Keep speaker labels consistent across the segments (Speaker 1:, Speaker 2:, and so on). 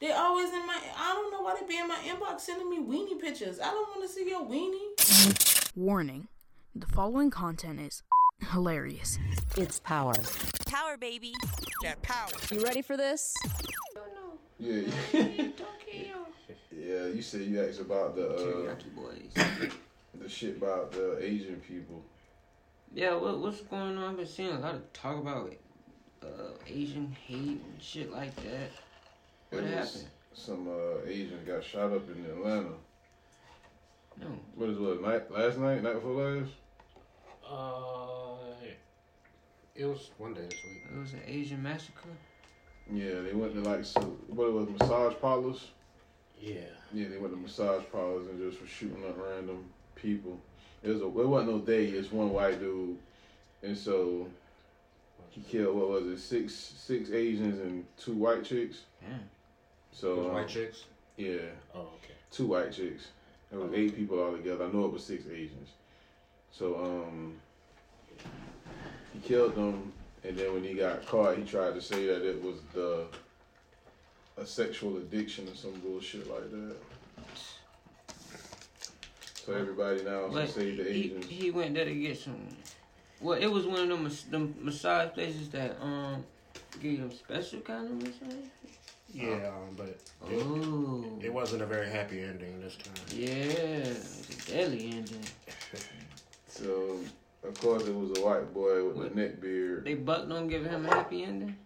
Speaker 1: They always in my. I don't know why they be in my inbox sending me weenie pictures. I don't want to see your weenie.
Speaker 2: Warning the following content is hilarious.
Speaker 3: It's power.
Speaker 4: Power, baby.
Speaker 5: That power.
Speaker 3: You ready for this?
Speaker 6: Yeah, yeah. You said you asked about the uh, the shit about the Asian people.
Speaker 5: Yeah, what, what's going on? I've been seeing a lot of talk about uh, Asian hate and shit like that. What
Speaker 6: It was
Speaker 5: happened?
Speaker 6: Some uh, Asian got shot up in Atlanta.
Speaker 5: No.
Speaker 6: What is what? Night last night, night before last.
Speaker 7: Uh, it was one day this week.
Speaker 5: It was an Asian massacre?
Speaker 6: Yeah, they went to like so, what it was massage parlors.
Speaker 7: Yeah.
Speaker 6: Yeah, they went to massage parlors and just was shooting up random people. It was a, it wasn't no day. It's one white dude, and so he killed what was it six six Asians and two white chicks.
Speaker 5: Yeah.
Speaker 6: So
Speaker 7: Those
Speaker 6: um,
Speaker 7: white chicks.
Speaker 6: Yeah.
Speaker 7: Oh, okay.
Speaker 6: two white chicks. There was eight people all together. I know it was six Asians. So um, he killed them, and then when he got caught, he tried to say that it was the a sexual addiction or some bullshit like that. So everybody now wants to
Speaker 5: But
Speaker 6: save the
Speaker 5: he,
Speaker 6: Asians.
Speaker 5: he went there to get some. Well, it was one of them, mas- them massage places that um give them special kind of massage.
Speaker 7: Yeah, um, but it,
Speaker 5: Oh.
Speaker 7: it wasn't a very happy ending this time.
Speaker 5: Yeah. It's a deadly ending.
Speaker 6: So of course it was a white boy with
Speaker 5: What?
Speaker 6: a neck beard.
Speaker 5: They buck don't give him a happy ending?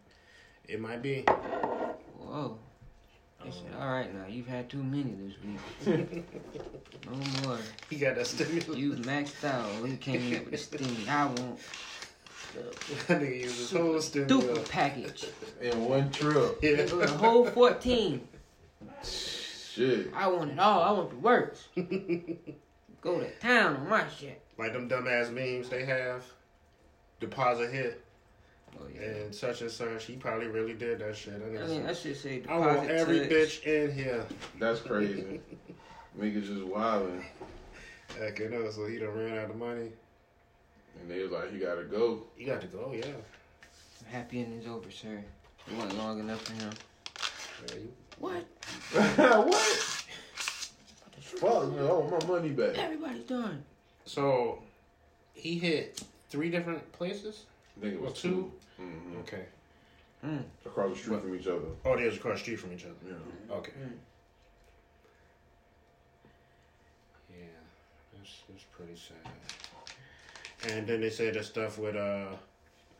Speaker 7: It might be.
Speaker 5: Whoa. They said, all right, now you've had too many this week. no more.
Speaker 7: He got that stimulus.
Speaker 5: You maxed out. We came up with a stimmy. I want
Speaker 7: that nigga used his whole
Speaker 5: duper
Speaker 7: stimulus.
Speaker 5: package.
Speaker 6: In one trip.
Speaker 7: Yeah.
Speaker 5: The whole 14.
Speaker 6: Shit.
Speaker 5: I want it all. I want the works. Go to town on my shit.
Speaker 7: Like them dumbass memes they have. Deposit hit
Speaker 5: Oh, yeah.
Speaker 7: and such and such. He probably really did that shit. That
Speaker 5: I
Speaker 7: nigga
Speaker 5: mean,
Speaker 7: said,
Speaker 5: I should say
Speaker 7: I
Speaker 5: deposit
Speaker 7: want every
Speaker 5: to-
Speaker 7: bitch in here.
Speaker 6: That's crazy. Niggas just wildin'.
Speaker 7: Heck, you know, so he done ran out of money.
Speaker 6: And they was like, you gotta go.
Speaker 7: You got to go, yeah.
Speaker 5: Happy ending's over, sir. It wasn't long enough for him.
Speaker 7: Yeah, you-
Speaker 5: What?
Speaker 6: what? Fuck no, I want my money back.
Speaker 5: Everybody's done.
Speaker 7: So he hit three different places.
Speaker 6: I think it was
Speaker 7: Well,
Speaker 6: 2
Speaker 7: two.
Speaker 6: Mm-hmm.
Speaker 7: Okay.
Speaker 6: Across the street from each other.
Speaker 7: Oh, they was across the street from each other.
Speaker 6: Yeah.
Speaker 7: Okay. Yeah, that's that's pretty sad. And then they said that stuff with uh,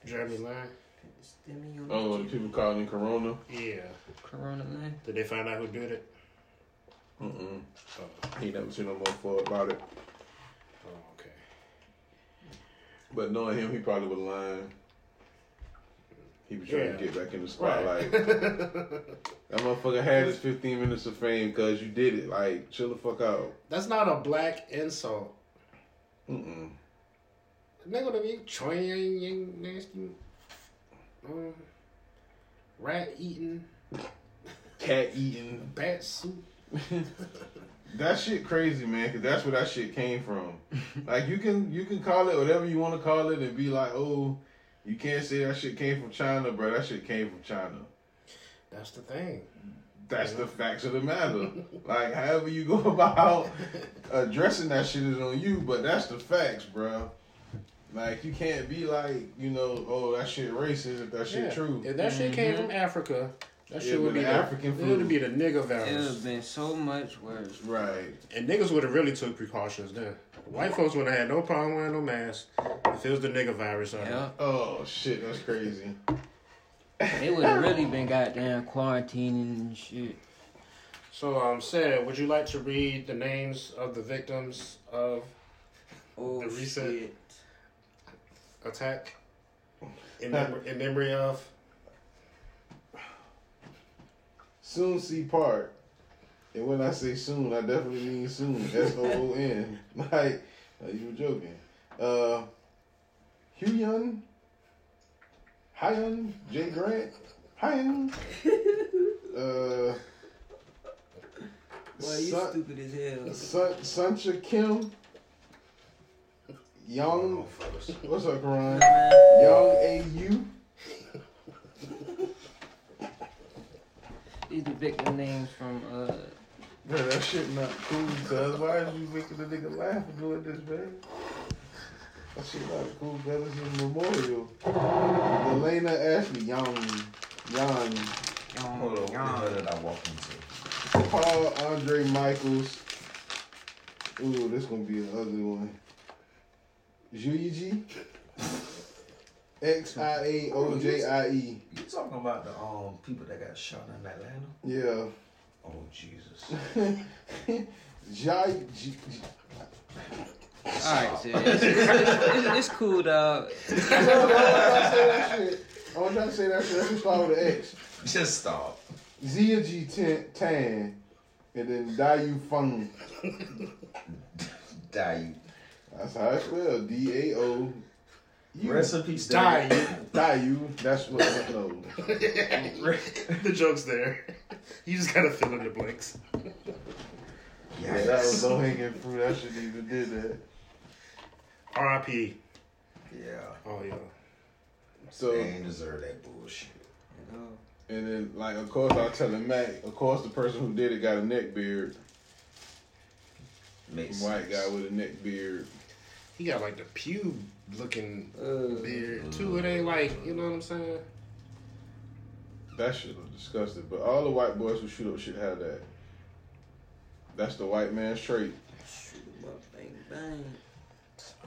Speaker 7: Jeremy Lin.
Speaker 5: Stimmy on
Speaker 6: Oh, the people calling it Corona.
Speaker 7: Yeah.
Speaker 5: Corona line.
Speaker 7: Did they find out who did it?
Speaker 6: Mm-mm.
Speaker 7: Oh,
Speaker 6: He never seen no more for about it.
Speaker 7: oh okay.
Speaker 6: But knowing him, he probably was lying. He was trying to
Speaker 7: Yeah.
Speaker 6: get back in the spotlight. that motherfucker had his 15 minutes of fame because you did it. Like, chill the fuck out.
Speaker 7: That's not a black insult.
Speaker 6: Mm-mm.
Speaker 7: Nigga, to be choy yang yang nasty, um, rat eating,
Speaker 6: Cat eating.
Speaker 7: bat soup.
Speaker 6: That shit crazy, man, because that's where that shit came from. like you can you can call it whatever you want to call it and be like, oh, you can't say that shit came from China, bro. That shit came from China.
Speaker 7: That's the thing.
Speaker 6: That's the facts of the matter. like however you go about addressing that shit is on you, but that's the facts, bro. Like you can't be like, you know, oh that shit racist if that shit
Speaker 7: Yeah.
Speaker 6: true.
Speaker 7: If that shit came
Speaker 5: Mm-hmm.
Speaker 7: from Africa, that
Speaker 6: Yeah,
Speaker 7: shit
Speaker 6: but
Speaker 7: would be
Speaker 6: the
Speaker 7: the
Speaker 6: African
Speaker 7: African
Speaker 6: flu.
Speaker 7: It would be the nigga
Speaker 5: It would have
Speaker 7: virus.
Speaker 5: been so much worse.
Speaker 6: Right.
Speaker 7: And niggas would have really took precautions then. White folks would have had no problem wearing no mask if it was the nigga virus. out
Speaker 5: Yeah.
Speaker 7: there.
Speaker 6: Oh shit, that's crazy.
Speaker 5: They would have really been goddamn quarantining and shit.
Speaker 7: So, um, said, would you like to read the names of the victims of
Speaker 5: Oh,
Speaker 7: The reset.
Speaker 5: shit.
Speaker 7: attack in, mem- in memory of?
Speaker 6: Soon see part. And when I say soon, I definitely mean soon. S O O N. Like, uh, you were joking. Uh, Hyun, Hyun, Jay Grant, Hyun. Uh, Sun,
Speaker 5: as hell.
Speaker 6: Sun, Suncha Kim, Young. What's up, Karan? Young A U.
Speaker 5: These are victim names from uh
Speaker 6: Man, that shit not cool, cuz. Why is you making the nigga laugh and doing this, man? That shit not cool, cuz. This is a memorial. Elena Ashley Young. Young.
Speaker 3: Hold on, what the hell did I walk into?
Speaker 6: Paul Andre Michaels. Ooh, this gonna be an ugly one. Juji. X I A O J I E.
Speaker 3: You talking about the um people that got shot in Atlanta?
Speaker 6: Yeah.
Speaker 3: Oh Jesus!
Speaker 6: Jai. J-
Speaker 5: Alright, so it's, it's, it's- it's cool dog.
Speaker 6: I'm trying to say that shit. I'm trying to say that shit. That's just start with an X.
Speaker 3: Just stop.
Speaker 6: Zia G Tan, Tan and then Dayu Fung.
Speaker 3: Die.
Speaker 6: That's how it's spelled. D A O.
Speaker 3: You. Rest in peace.
Speaker 7: Die.
Speaker 6: Dayu. That's what I know.
Speaker 7: the joke's there. You just gotta fill in the blanks.
Speaker 6: Yeah,
Speaker 3: Yes.
Speaker 6: that was low hanging fruit. I shouldn't even did that.
Speaker 7: R.I.P.
Speaker 3: yeah.
Speaker 7: Oh yeah.
Speaker 6: So
Speaker 3: They ain't deserve that bullshit.
Speaker 6: and then like of course I tell him Mac. Of course the person who did it got a neck beard.
Speaker 3: Makes
Speaker 6: White
Speaker 3: sense.
Speaker 6: guy with a neck beard.
Speaker 7: He got like the pube looking
Speaker 5: Uh,
Speaker 7: beard too. It ain't like you know what I'm saying.
Speaker 6: That shit was disgusting. But all the white boys who shoot up should have that. That's the white man's trait.
Speaker 5: shoot 'em up, bang bang.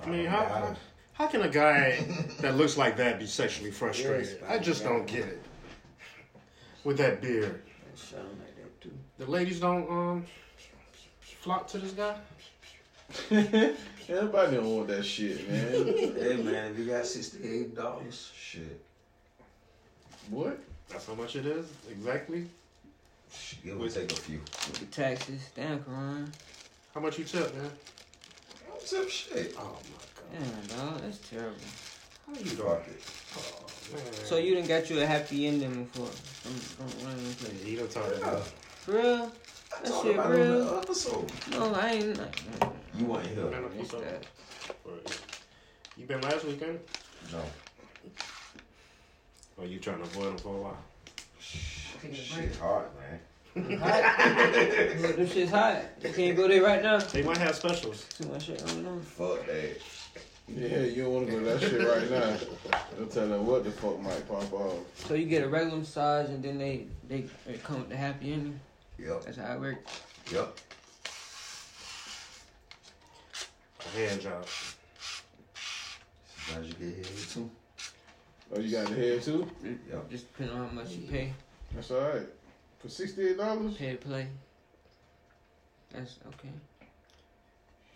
Speaker 7: I mean, how how, how can a guy that looks like that be sexually frustrated?
Speaker 5: Yes,
Speaker 7: I just don't get it. With that beard,
Speaker 5: I shot him like that too.
Speaker 7: the ladies don't um flock to this guy.
Speaker 6: Everybody don't want that shit, man.
Speaker 3: Hey man, if you got sixty-eight dollars, shit,
Speaker 6: what?
Speaker 7: That's how much it is exactly.
Speaker 3: shit, it would take a few.
Speaker 5: With the taxes, damn Karan.
Speaker 7: How much you tip, man?
Speaker 3: Some shit.
Speaker 7: Oh my
Speaker 5: Damn dog, that's terrible.
Speaker 7: god. How you doing?
Speaker 3: Fuck it.
Speaker 7: Oh, man.
Speaker 5: So you didn't got you a happy ending before from from running
Speaker 7: Yeah,
Speaker 5: place.
Speaker 7: you don't talk about. it.
Speaker 5: For real?
Speaker 3: I
Speaker 5: That
Speaker 3: told
Speaker 5: shit
Speaker 3: him I don't
Speaker 5: real?
Speaker 3: know the episode.
Speaker 5: No, I ain't. Like,
Speaker 3: You weren't here.
Speaker 7: Man, I
Speaker 5: it's
Speaker 7: fucked up.
Speaker 5: that.
Speaker 7: Right. You been last weekend?
Speaker 3: No.
Speaker 7: Or you trying to avoid him for a while?
Speaker 3: Shit hard, man.
Speaker 5: Look, This shit's hot. You can't go there right now.
Speaker 7: They might have specials.
Speaker 5: Too much shit going on.
Speaker 3: Fuck that.
Speaker 6: Yeah, you don't want to go to that shit right now. Don't tell them what the fuck might pop off.
Speaker 5: So you get a regular massage and then they they, they come with the happy ending.
Speaker 3: Yep.
Speaker 5: That's how it works.
Speaker 3: Yep.
Speaker 7: A hand job.
Speaker 3: Sometimes you get hit too.
Speaker 6: Oh, you got the head too?
Speaker 3: Yep.
Speaker 5: Just depending on how much you pay.
Speaker 6: That's all right. For sixty-eight dollars.
Speaker 5: Pay to play. That's okay.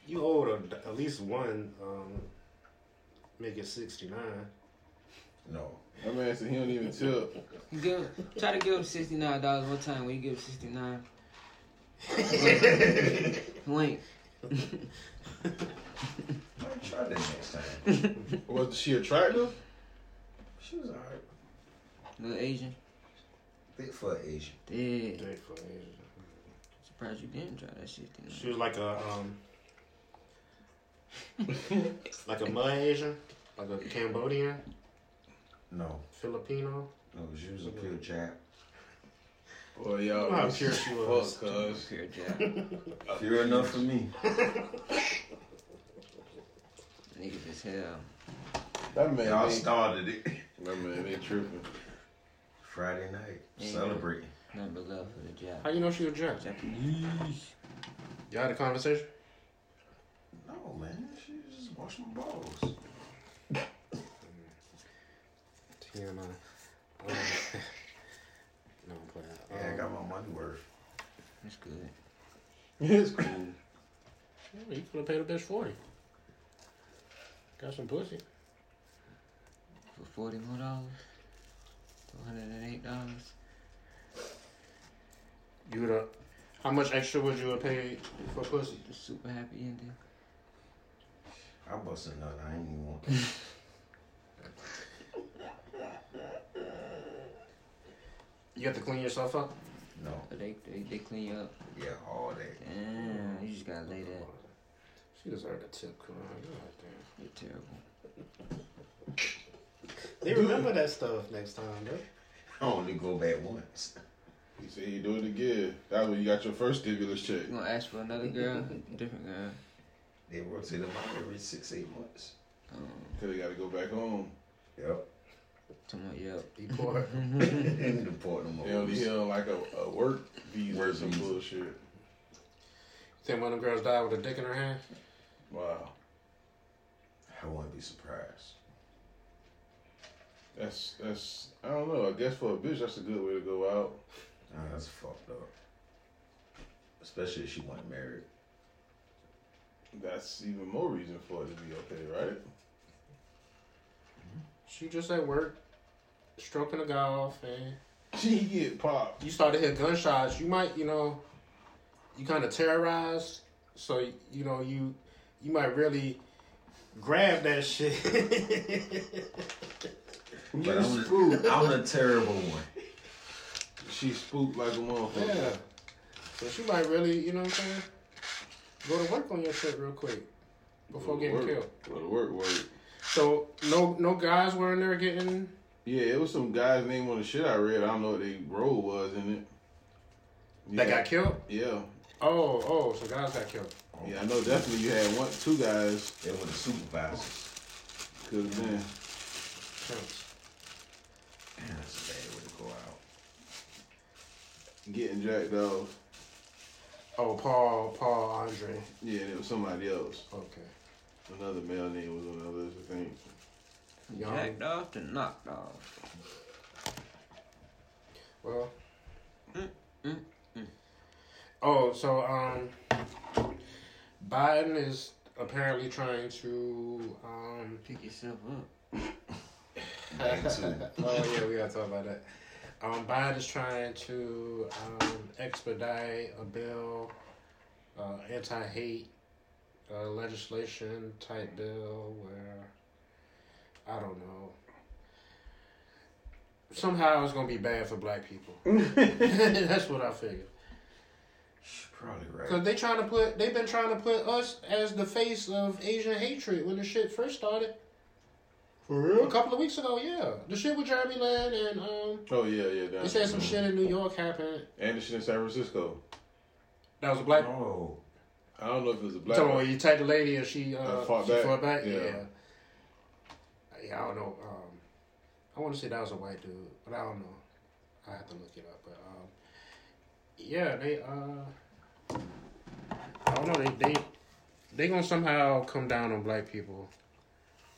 Speaker 7: You owed a, at least one. Um, make it sixty nine.
Speaker 3: No.
Speaker 6: That man said he don't even tip.
Speaker 5: You give try to give him sixty nine dollars one time when you give him sixty nine. Wait.
Speaker 3: I might try that next time.
Speaker 6: Was she attractive?
Speaker 3: She was alright.
Speaker 5: Little Asian.
Speaker 3: Big for an Asian.
Speaker 5: Dead.
Speaker 7: She
Speaker 5: Surprised you didn't try that sixty nine.
Speaker 7: was like a um, like a Malay Asian, like a Cambodian,
Speaker 3: No.
Speaker 7: Filipino.
Speaker 3: No, she was a pure Jap.
Speaker 6: Boy,
Speaker 7: I
Speaker 6: y'all.
Speaker 7: don't know how pure she was.
Speaker 6: Fuck, cuz.
Speaker 5: Pure jab.
Speaker 3: Pure enough for me.
Speaker 5: Niggas as hell.
Speaker 6: That man.
Speaker 3: Y'all
Speaker 6: ain't-
Speaker 3: started it.
Speaker 6: that man ain't tripping.
Speaker 3: Friday night.
Speaker 5: Yeah.
Speaker 3: Celebrating.
Speaker 5: Nothing but love for the job.
Speaker 7: How you know she was dressed?
Speaker 5: Japanese.
Speaker 7: Y'all had a conversation.
Speaker 3: No, man. She was just washing my balls.
Speaker 7: Yeah, no. Um, no, I'm playing.
Speaker 3: Yeah, I
Speaker 7: Um,
Speaker 3: got my money worth.
Speaker 5: That's good.
Speaker 6: It's cool.
Speaker 7: yeah, Oh, you could have paid a bitch forty. Got some pussy.
Speaker 5: For forty more dollars. One hundred and eight dollars.
Speaker 7: You would have. How much extra would you have paid for pussy?
Speaker 5: Super happy ending.
Speaker 3: I busted nut. I ain't even want
Speaker 7: You have to clean yourself up.
Speaker 3: No.
Speaker 5: But they, they they clean you up.
Speaker 3: Yeah, all that.
Speaker 5: Damn. You just gotta lay that.
Speaker 7: She deserved a tip, cool. Goddamn.
Speaker 5: You're terrible.
Speaker 7: They remember that stuff next time, though.
Speaker 3: I only go back once.
Speaker 6: He said he do it again. That way you got your first stimulus check.
Speaker 5: You gonna ask for another girl, different girl.
Speaker 3: They rotate them out every six, eight months.
Speaker 5: Um,
Speaker 6: Cause they got to go back home.
Speaker 3: Yep.
Speaker 5: someone, yep.
Speaker 7: Deport.
Speaker 3: and deport them
Speaker 6: They only
Speaker 3: over.
Speaker 6: here on like a, a work visa or
Speaker 3: Work
Speaker 6: some
Speaker 3: visa.
Speaker 6: bullshit.
Speaker 7: Think one of them girls died with a dick in her hand?
Speaker 6: Wow,
Speaker 3: I wouldn't be surprised.
Speaker 6: that's that's I don't know. I guess for a bitch that's a good way to go out.
Speaker 3: Nah, that's fucked up. Especially if she wasn't married.
Speaker 6: That's even more reason for it to be okay, right?
Speaker 7: She just at work, stroking a golf, and
Speaker 6: She get popped.
Speaker 7: you start to hear gunshots. You might, you know, you kind of terrorized, so you know you you might really grab that shit.
Speaker 3: But I'm, I'm a terrible one.
Speaker 6: She spooked like a motherfucker.
Speaker 7: yeah, so she might really, you know what I'm saying? Go to work on your shit real quick before
Speaker 6: Go to
Speaker 7: getting
Speaker 6: work.
Speaker 7: killed.
Speaker 6: Go to work, work.
Speaker 7: So no no guys were in there getting
Speaker 6: Yeah, it was some guy's name on the shit I read. I don't know what they role was in it.
Speaker 7: that got killed.
Speaker 6: Yeah,
Speaker 7: Oh oh, so guys got killed.
Speaker 6: yeah, I know. Definitely, you had one, two guys.
Speaker 3: They were the supervisors.
Speaker 6: Cause man,
Speaker 7: Thanks.
Speaker 3: Man, that's a bad way to go out.
Speaker 6: getting jacked off.
Speaker 7: Oh Paul Paul Andre.
Speaker 6: Yeah, and it was somebody else.
Speaker 7: Okay.
Speaker 6: Another male name was on the other. I think.
Speaker 7: Young.
Speaker 5: Jacked off to knocked off.
Speaker 7: Well.
Speaker 5: Mm, mm, mm.
Speaker 7: Oh, so um, Biden is apparently trying to um.
Speaker 5: Pick yourself up.
Speaker 7: oh yeah, we gotta talk about that. Um, Biden is trying to um, expedite a bill, uh, anti-hate uh, legislation type bill where I don't know. Somehow it's gonna be bad for black people. That's what I figured.
Speaker 3: She's probably
Speaker 7: Cause
Speaker 3: right.
Speaker 7: they trying to put, they've been trying to put us as the face of Asian hatred when the shit first started. For real? A couple of weeks ago, yeah. The shit with Jeremy Lin and um,
Speaker 6: Oh yeah, yeah.
Speaker 7: they
Speaker 6: Down.
Speaker 7: said some shit in New York happened.
Speaker 6: Anderson in San Francisco.
Speaker 7: That was a black.
Speaker 3: No.
Speaker 6: I don't know if it was a
Speaker 7: You
Speaker 6: black.
Speaker 7: talking about you take the lady and she uh,
Speaker 6: Uh, fought
Speaker 7: she
Speaker 6: back?
Speaker 7: fought back? Yeah.
Speaker 6: Yeah.
Speaker 7: Yeah, I don't know. Um, I want to say that was a white dude, but I don't know. I have to look it up. But um, yeah, they. Uh, I don't know. They they they gonna somehow come down on black people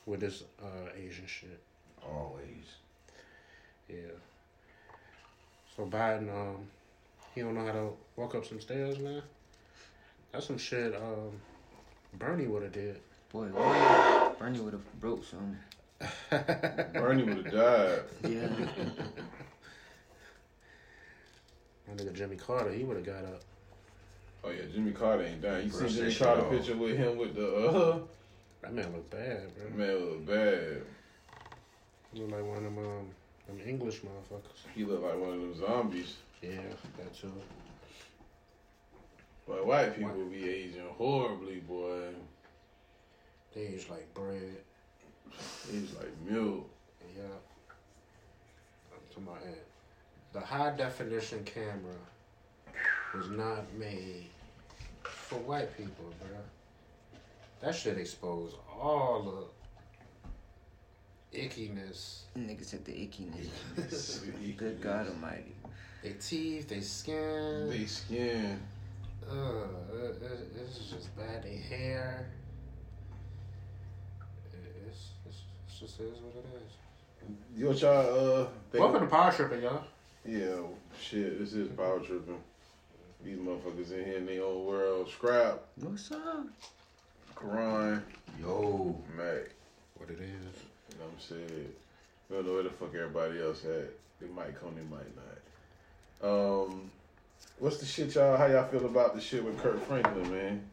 Speaker 7: with this uh, Asian shit.
Speaker 3: Always.
Speaker 7: Yeah. So Biden, um, he don't know how to walk up some stairs, man. That's some shit. Um, Bernie would have did.
Speaker 5: Boy, boy, Bernie would have broke some.
Speaker 6: Bernie would have died.
Speaker 5: Yeah.
Speaker 7: My nigga Jimmy Carter, he would have got up.
Speaker 6: Oh yeah, Jimmy Carter ain't dying. You see
Speaker 3: Bruh,
Speaker 6: Jimmy
Speaker 3: shit,
Speaker 6: Carter
Speaker 3: y'all.
Speaker 6: picture with him with the uh
Speaker 7: That man look bad, bro.
Speaker 6: man it was bad.
Speaker 7: He look like one of them, um, them English motherfuckers.
Speaker 6: He looked like one of them zombies.
Speaker 7: Yeah, that too.
Speaker 6: But white people be aging horribly, boy.
Speaker 7: They age like bread.
Speaker 6: He's like milk.
Speaker 7: Yeah. I'm talking about it. The high definition camera was not made for white people, bro. That shit exposed all the ickiness.
Speaker 5: Niggas at the ickiness. Good God Almighty.
Speaker 7: They teeth, they skin.
Speaker 6: They skin.
Speaker 7: Ugh, it- it- this is just bad. They hair. It's, it's, it's just is what it is.
Speaker 6: You know what y'all uh think?
Speaker 7: Welcome to Power Tripping, y'all.
Speaker 6: Yeah, shit, this is power tripping. These motherfuckers in here in their own world. Scrap,
Speaker 5: What's up?
Speaker 6: Quran,
Speaker 3: Yo.
Speaker 6: Mac.
Speaker 7: What it is.
Speaker 6: You know what I'm saying? We don't know where the fuck everybody else at. They might come, they might not. Um, what's the shit, y'all? How y'all feel about the shit with Kurt Franklin, man?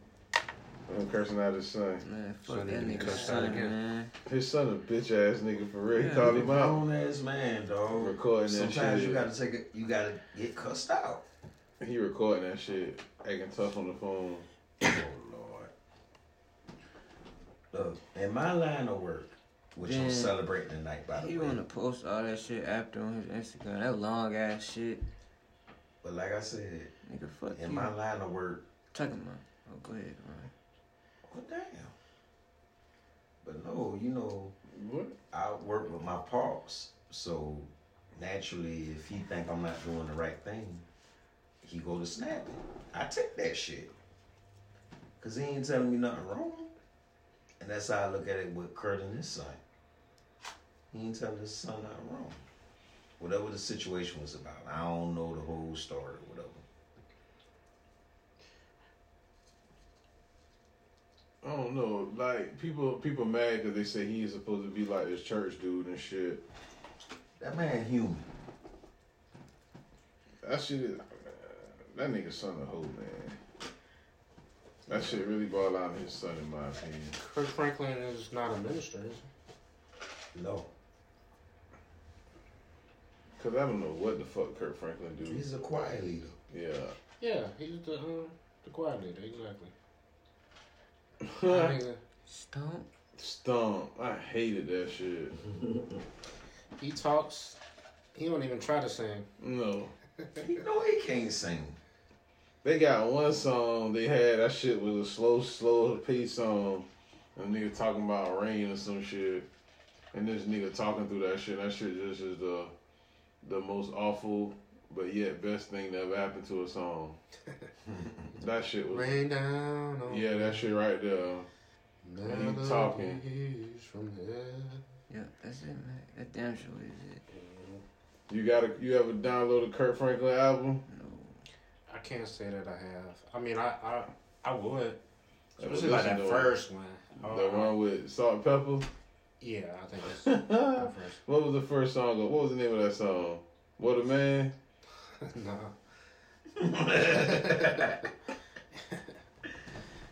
Speaker 6: Him cursing out his son.
Speaker 5: Man, fuck
Speaker 7: So they
Speaker 5: that
Speaker 7: can
Speaker 5: nigga
Speaker 7: cuss out
Speaker 5: son,
Speaker 7: again.
Speaker 5: man.
Speaker 6: His son a bitch ass nigga for real. He
Speaker 5: Yeah,
Speaker 6: called him out.
Speaker 3: Grown ass man, dog.
Speaker 6: Recording that
Speaker 3: Sometimes
Speaker 6: shit.
Speaker 3: you gotta take it. You gotta get cussed out.
Speaker 6: He recording that shit, acting tough on the phone.
Speaker 3: Oh Lord. Look, in my line of work, which I'm
Speaker 5: Then-
Speaker 3: celebrating tonight, by the
Speaker 5: He
Speaker 3: way.
Speaker 5: wanna post all that shit after on his Instagram. That long ass shit.
Speaker 3: But like I said,
Speaker 5: Nigga, fuck
Speaker 3: in
Speaker 5: you.
Speaker 3: my line of work,
Speaker 5: Tuck him up. Oh, go ahead, Ryan.
Speaker 3: well, damn. But no, you know,
Speaker 6: What?
Speaker 3: I work with my pops, so naturally, if he think I'm not doing the right thing, he go to snap it. I take that shit, cause he ain't telling me nothing wrong, and that's how I look at it with Kurt and his son. He ain't telling his son nothing wrong. Whatever the situation was about, I don't know the whole story, or whatever.
Speaker 6: I don't know. Like people, people mad because they say he is supposed to be like this church dude and shit.
Speaker 3: That man human.
Speaker 6: That shit is. That nigga son of hoe, man. That shit really brought out his son, in my opinion.
Speaker 7: Kirk Franklin is not a minister, is he?
Speaker 3: No,
Speaker 6: Cause I don't know what the fuck Kurt Franklin do.
Speaker 3: he's a quiet leader.
Speaker 6: Yeah.
Speaker 7: Yeah, he's the um, the choir leader, exactly. That nigga,
Speaker 5: Stomp.
Speaker 6: Stump. I hated that shit.
Speaker 7: he talks. He don't even try to sing.
Speaker 6: No.
Speaker 3: You know he can't sing.
Speaker 6: They got one song they had. That shit was a slow, slow pace song. And nigga talking about rain or some shit. And this nigga talking through that shit. That shit just is the the most awful, but yet best thing that ever happened to a song. that shit was.
Speaker 7: Rain down on
Speaker 6: Yeah, that shit right there.
Speaker 7: melodies
Speaker 6: he talking.
Speaker 7: From the
Speaker 5: Yeah, that's it, man. That damn sure is it.
Speaker 6: You gotta. You ever download a Kurt Franklin album?
Speaker 5: No.
Speaker 7: I can't say that I have. I mean, I I, I would.
Speaker 6: I would
Speaker 7: Especially like
Speaker 6: listen
Speaker 7: that
Speaker 6: to it.
Speaker 7: first one.
Speaker 6: the
Speaker 7: Uh,
Speaker 6: one with Salt and Pepper.
Speaker 7: yeah, I think that's the
Speaker 6: what
Speaker 7: first.
Speaker 6: was the first song? What was the name of that song? What a man.
Speaker 7: no,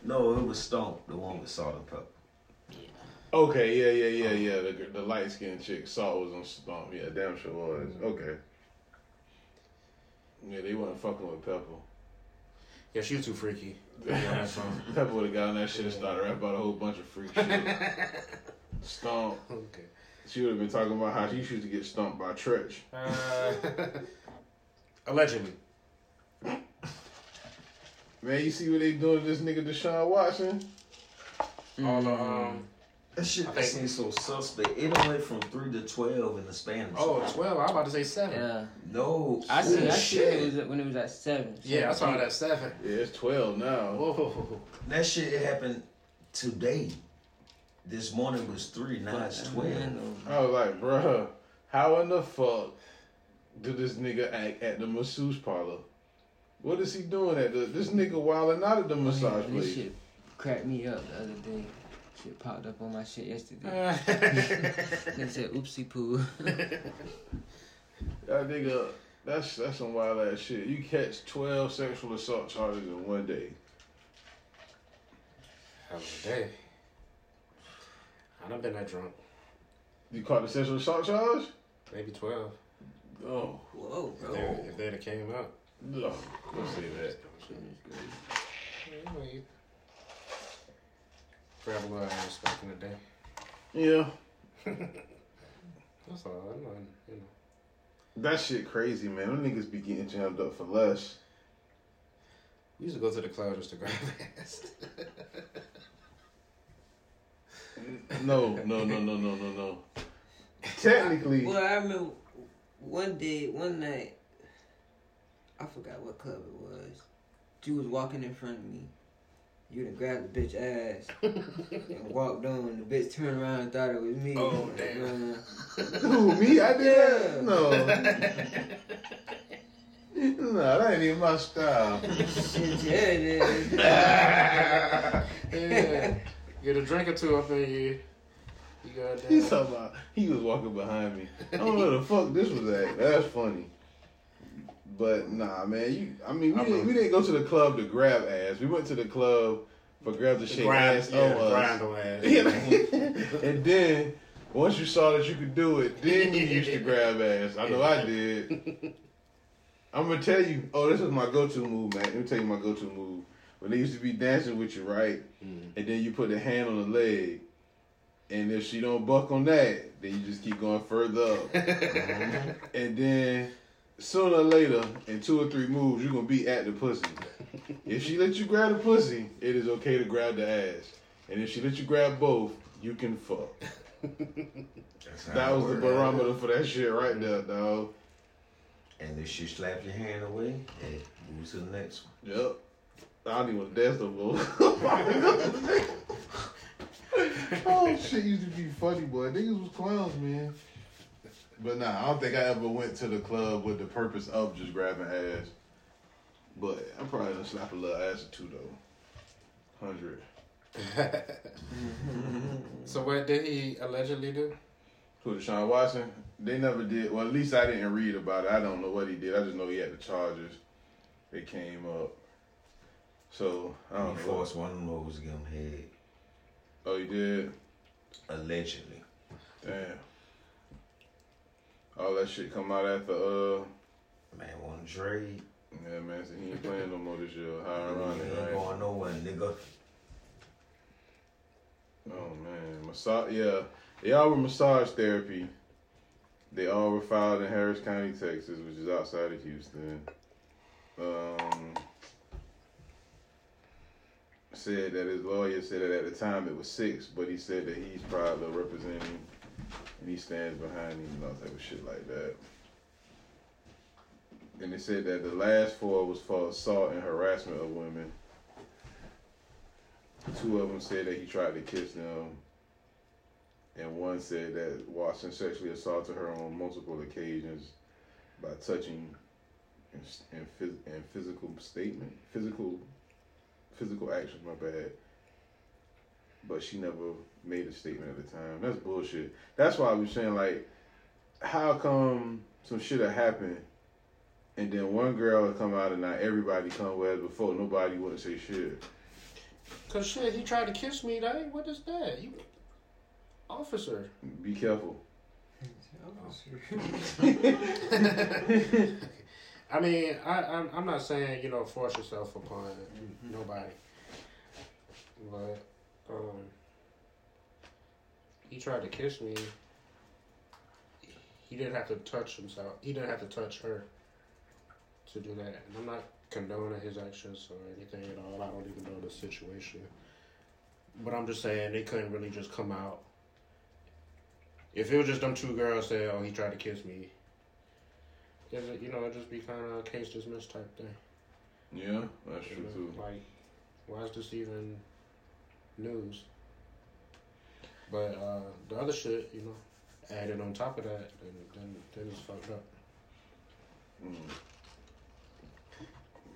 Speaker 3: No, it was Stomp, the one with salt and pepper.
Speaker 6: Okay, yeah, yeah, yeah, yeah. The gr- the light skinned chick Salt was on Stomp. Yeah, damn sure was. Okay. Yeah, they wasn't fucking with Pepper.
Speaker 7: yeah, she was too freaky. Yeah, that song.
Speaker 6: Pepper would have gotten that shit and started rapping about a whole bunch of freak shit. Stomp.
Speaker 7: Okay.
Speaker 6: She would have been talking about how she used to get stomped by Tretch.
Speaker 7: Uh, allegedly.
Speaker 6: Man, you see what they doing to this nigga Deshaun Watson?
Speaker 7: All the um.
Speaker 3: That shit
Speaker 7: I
Speaker 3: that
Speaker 7: think-
Speaker 3: seems so suspect. It went from three to twelve in the span. Of
Speaker 7: Oh, 12. I was about to say seven. Yeah,
Speaker 5: Yeah.
Speaker 3: no!
Speaker 5: I
Speaker 3: see
Speaker 5: see. I see. It was at- when it was at seven.
Speaker 7: I saw that seven.
Speaker 6: Yeah, it's 12 now.
Speaker 7: Whoa.
Speaker 3: That shit happened today. This morning was three. Now it's twelve.
Speaker 6: I was like, bruh, how in the fuck did this nigga act at the masseuse parlor? What is he doing at the, this nigga wilding out at the massage
Speaker 5: Oh, This
Speaker 6: place?
Speaker 5: shit cracked me up the other day. Shit popped up on my shit yesterday.
Speaker 7: Uh,
Speaker 5: they said, "Oopsie poo."
Speaker 6: That nigga, that's that's some wild ass shit. You catch twelve sexual assault charges in one day.
Speaker 7: Hell of a day. I done been that drunk.
Speaker 6: You caught the sexual assault charge?
Speaker 7: Maybe 12.
Speaker 6: Oh,
Speaker 5: Whoa,
Speaker 7: If they, if they'd have came out.
Speaker 6: no, don't say that.
Speaker 7: Grab a little ass back in the day.
Speaker 6: Yeah,
Speaker 7: That's all. I'm not, you know.
Speaker 6: that shit crazy, man. Them niggas be getting jammed up for less.
Speaker 7: We used to go to the club just to grab ass.
Speaker 6: No, no, no, no, no, no, no. Technically,
Speaker 5: Well, I remember one day, one night, I forgot what club it was. She was walking in front of me. You done grabbed the bitch ass and walked on. The bitch turned around and thought it was me.
Speaker 7: Oh, damn.
Speaker 5: Uh,
Speaker 6: Who, me? I did
Speaker 5: Yeah.
Speaker 6: that? No. no, that ain't even my style.
Speaker 5: shit, yeah, yeah.
Speaker 7: yeah. Get a drink or two up in you. You got
Speaker 6: He's talking about he was walking behind me. I don't know the fuck this was at. That's funny. But nah, man. You, I mean, we,
Speaker 7: I'm
Speaker 6: didn't,
Speaker 7: a-
Speaker 6: we didn't go to the club to grab ass. We went to the club for grab the shake ass
Speaker 7: yeah,
Speaker 6: on
Speaker 7: grind
Speaker 6: us.
Speaker 7: on ass.
Speaker 6: and then once you saw that you could do it, then you used to grab ass. I know I did. I'm gonna tell you. Oh, this is my go-to move, man. Let me tell you my go-to move. When they used to be dancing with you, right?
Speaker 7: Mm.
Speaker 6: And then you put the hand on the leg, and if she don't buck on that, then you just keep going further up. and then sooner or later, in two or three moves, you're gonna be at the pussy. if she let you grab the pussy, it is okay to grab the ass. And if she let you grab both, you can fuck.
Speaker 3: That's how
Speaker 6: That
Speaker 3: it
Speaker 6: was the
Speaker 3: work.
Speaker 6: barometer for that shit right there, dog.
Speaker 3: And if she slap your hand away, hey, move to the next one.
Speaker 6: Yep. I don't even want to dance no more. oh shit used to be funny, boy. Niggas was clowns, man. But nah, I don't think I ever went to the club with the purpose of just grabbing ass. But I'm probably gonna slap a little ass or two though. Hundred.
Speaker 7: So what did he allegedly do?
Speaker 6: Who Deshaun Watson? They never did. Well, at least I didn't read about it. I don't know what he did. I just know he had the charges. They came up. So I
Speaker 3: He
Speaker 6: don't know.
Speaker 3: forced one of them hoes to give him head,
Speaker 6: Oh, he did.
Speaker 3: allegedly.
Speaker 6: Damn. All that shit come out after uh
Speaker 3: Man, one trade.
Speaker 6: yeah man, so he ain't playing no more this year. How
Speaker 3: You
Speaker 6: ironic,
Speaker 3: ain't
Speaker 6: right?
Speaker 3: going nowhere, nigga.
Speaker 6: Oh man. Massage yeah. They all were massage therapy. They all were filed in Harris County, Texas, which is outside of Houston. Um said that his lawyer said that at the time it was six, but he said that he's proud of representing and he stands behind him and all type of shit like that. And they said that the last four was for assault and harassment of women. Two of them said that he tried to kiss them, and one said that Watson sexually assaulted her on multiple occasions by touching and, s- and, phys- and physical statement, physical, physical actions. My bad. But she never made a statement at the time. That's bullshit. That's why I was saying like, how come some shit will happen, and then one girl will come out and not everybody come whereas before nobody wouldn't say shit.
Speaker 7: Cause shit, he tried to kiss me. That ain't- what is that? You officer?
Speaker 6: Be careful.
Speaker 7: I mean, I I'm, I'm not saying you know force yourself upon nobody, but um, he tried to kiss me. He didn't have to touch himself. He didn't have to touch her to do that. And I'm not condoning his actions or anything at all. I don't even know the situation, but I'm just saying they couldn't really just come out. If it was just them two girls saying, "Oh, he tried to kiss me," Is it, you know, it just be kind of a case dismissed type thing.
Speaker 6: Yeah, that's
Speaker 7: you
Speaker 6: true
Speaker 7: know?
Speaker 6: too.
Speaker 7: Like, why is this even news? But uh, the other shit, you know, added on top of that, then then, then it's fucked up.
Speaker 6: Mm.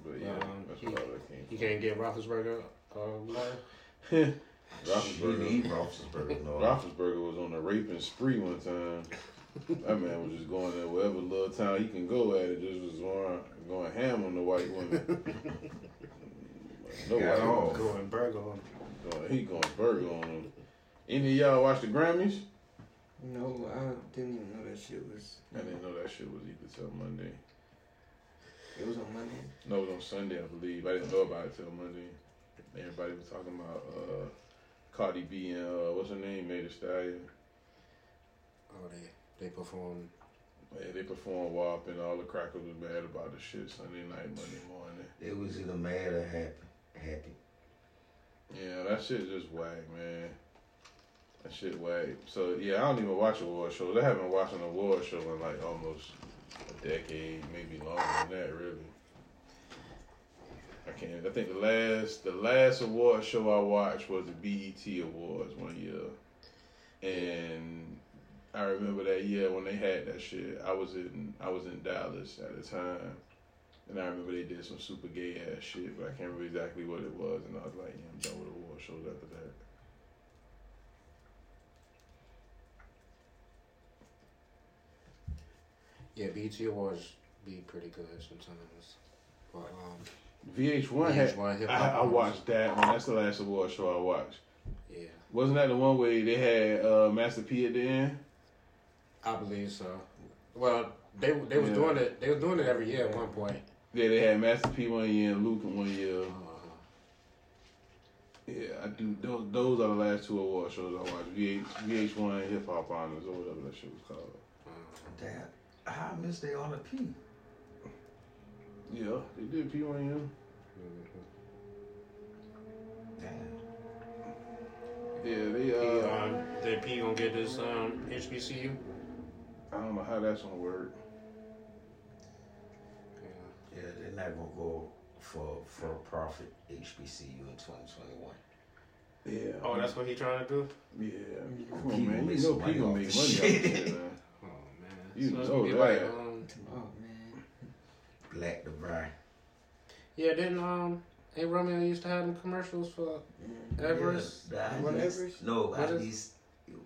Speaker 6: But yeah,
Speaker 7: Um,
Speaker 6: that's
Speaker 7: he-
Speaker 6: probably where that
Speaker 7: You
Speaker 6: came
Speaker 7: can't get Roethlisberger. Uh, lawyer.
Speaker 6: from.
Speaker 3: You
Speaker 6: Roethlisberger,
Speaker 3: need Roethlisberger, no.
Speaker 6: Roethlisberger was on a raping spree one time. that man was just going to whatever little town he can go at. It just was going, going ham on the white woman. no
Speaker 3: Got
Speaker 6: white
Speaker 3: off.
Speaker 6: woman.
Speaker 7: going burger on him.
Speaker 6: Going- He going burger on him. Any of y'all watch the Grammys?
Speaker 5: No, I didn't even know that shit was.
Speaker 6: I didn't know that shit was either till Monday.
Speaker 5: It was on Monday.
Speaker 6: No, it was on Sunday, I believe. I didn't know about it till Monday. Everybody was talking about uh, Cardi B and uh, what's her name, Made Thee Stallion.
Speaker 7: Oh, they they performed.
Speaker 6: Yeah, they performed WAP and all the crackers was mad about the shit Sunday night, Monday morning.
Speaker 3: It was either mad or happy. Happy.
Speaker 6: Yeah, that shit just whack, man. That shit whack. So yeah, I don't even watch award shows. I haven't watched an award show in like almost a decade, maybe longer than that, really. I can't. I think the last the last award show I watched was the BET Awards one year, and I remember that year when they had that shit. I was in I was in Dallas at the time, and I remember they did some super gay ass shit, but I can't remember exactly what it was. And I was like, yeah, I'm done with award shows after that.
Speaker 7: Yeah, BT Awards be pretty good sometimes. But um,
Speaker 6: VH1 had.
Speaker 7: VH1 hip
Speaker 6: I,
Speaker 7: hop
Speaker 6: I
Speaker 7: awards.
Speaker 6: watched that one. That's the last award show I watched.
Speaker 7: Yeah,
Speaker 6: Wasn't that the one where they had uh, Master P at the end?
Speaker 7: I believe so. Well, they they was
Speaker 6: Yeah.
Speaker 7: doing it. They was doing it every year at one point.
Speaker 6: Yeah, they had Master P one year and Luke one year.
Speaker 7: Uh,
Speaker 6: Yeah, I do. Those, those are the last two award shows I watched. VH, VH1 Hip Hop Honors or whatever that shit was called.
Speaker 3: Damn. I missed they on the P.
Speaker 6: Yeah, they did pee on him.
Speaker 7: Mm-hmm.
Speaker 3: Damn.
Speaker 6: Yeah, they
Speaker 7: He,
Speaker 6: uh,
Speaker 7: uh, that P gonna get this um, HBCU.
Speaker 6: I don't know how that's gonna work.
Speaker 7: Yeah.
Speaker 3: Yeah, they're not gonna go for for profit HBCU in 2021.
Speaker 6: Yeah.
Speaker 7: Oh, that's what he trying to do.
Speaker 6: yeah. Come
Speaker 3: People
Speaker 6: on, man.
Speaker 3: make
Speaker 6: You know
Speaker 3: money
Speaker 6: P gonna
Speaker 3: off
Speaker 6: make money
Speaker 3: this
Speaker 6: off of
Speaker 3: shit.
Speaker 6: that, man.
Speaker 7: Oh man,
Speaker 6: You
Speaker 7: so it's
Speaker 6: know
Speaker 7: gonna be
Speaker 6: that.
Speaker 7: like um,
Speaker 5: Oh man.
Speaker 3: Black to brown.
Speaker 7: yeah. Didn't um, hey Romeo used to have them commercials for Everest.
Speaker 3: Yeah, the
Speaker 7: What
Speaker 3: IDs
Speaker 5: Everest?
Speaker 3: No,
Speaker 7: What
Speaker 3: at
Speaker 7: is-
Speaker 3: least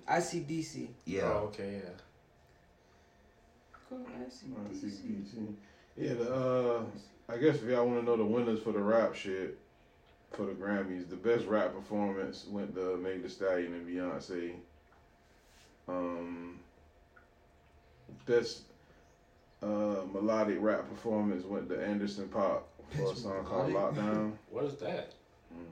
Speaker 5: ICDC.
Speaker 3: yeah.
Speaker 7: Oh, okay, yeah.
Speaker 5: Go ICDC.
Speaker 6: RCBC. Yeah, the,
Speaker 5: Oh,
Speaker 6: uh, I guess if y'all want to know the winners for the rap shit for the Grammys, the best rap performance went to Meg Thee Stallion and Beyonce. Um, best uh, melodic rap performance went to Anderson Pop for a song called
Speaker 5: melodic?
Speaker 6: Lockdown.
Speaker 7: What is that?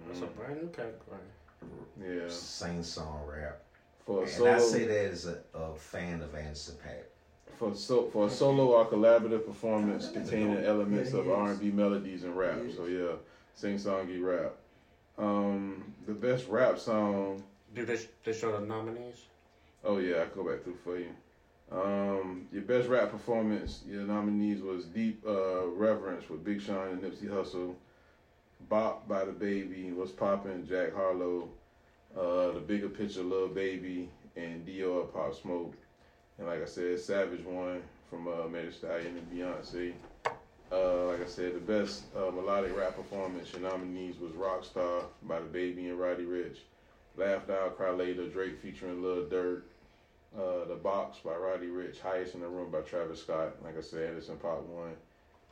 Speaker 7: That's a
Speaker 6: Mhm.
Speaker 7: brand new category.
Speaker 6: Mm-hmm. Yeah,
Speaker 3: Sing song rap.
Speaker 6: for a
Speaker 3: And I say
Speaker 6: solo
Speaker 3: that as a, a fan of Anderson Paak.
Speaker 6: for so for a solo or collaborative performance containing elements
Speaker 5: Yeah,
Speaker 6: of
Speaker 5: it is.
Speaker 6: R and B melodies and rap.
Speaker 5: It is.
Speaker 6: So yeah, sing songy rap. Um, the best rap song.
Speaker 7: Do they they show the nominees?
Speaker 6: Oh yeah, I go back through for you. Um, your best rap performance. Your nominees was Deep uh, Reverence with Big Sean and Nipsey Hussle. Bop by the Baby was popping. Jack Harlow. Uh, the bigger picture, Lil Baby and Dior Pop Smoke. And like I said, Savage One from uh, Meg Thee Stallion and Beyonce. Uh, like I said, the best uh, melodic rap performance. Your nominees was Rockstar by the Baby and Roddy Rich. Laugh Now, Cry Later, Drake featuring Lil Durk. Uh, the Box by Roddy Rich, Highest in the Room by Travis Scott. Like I said, Anderson Pop One.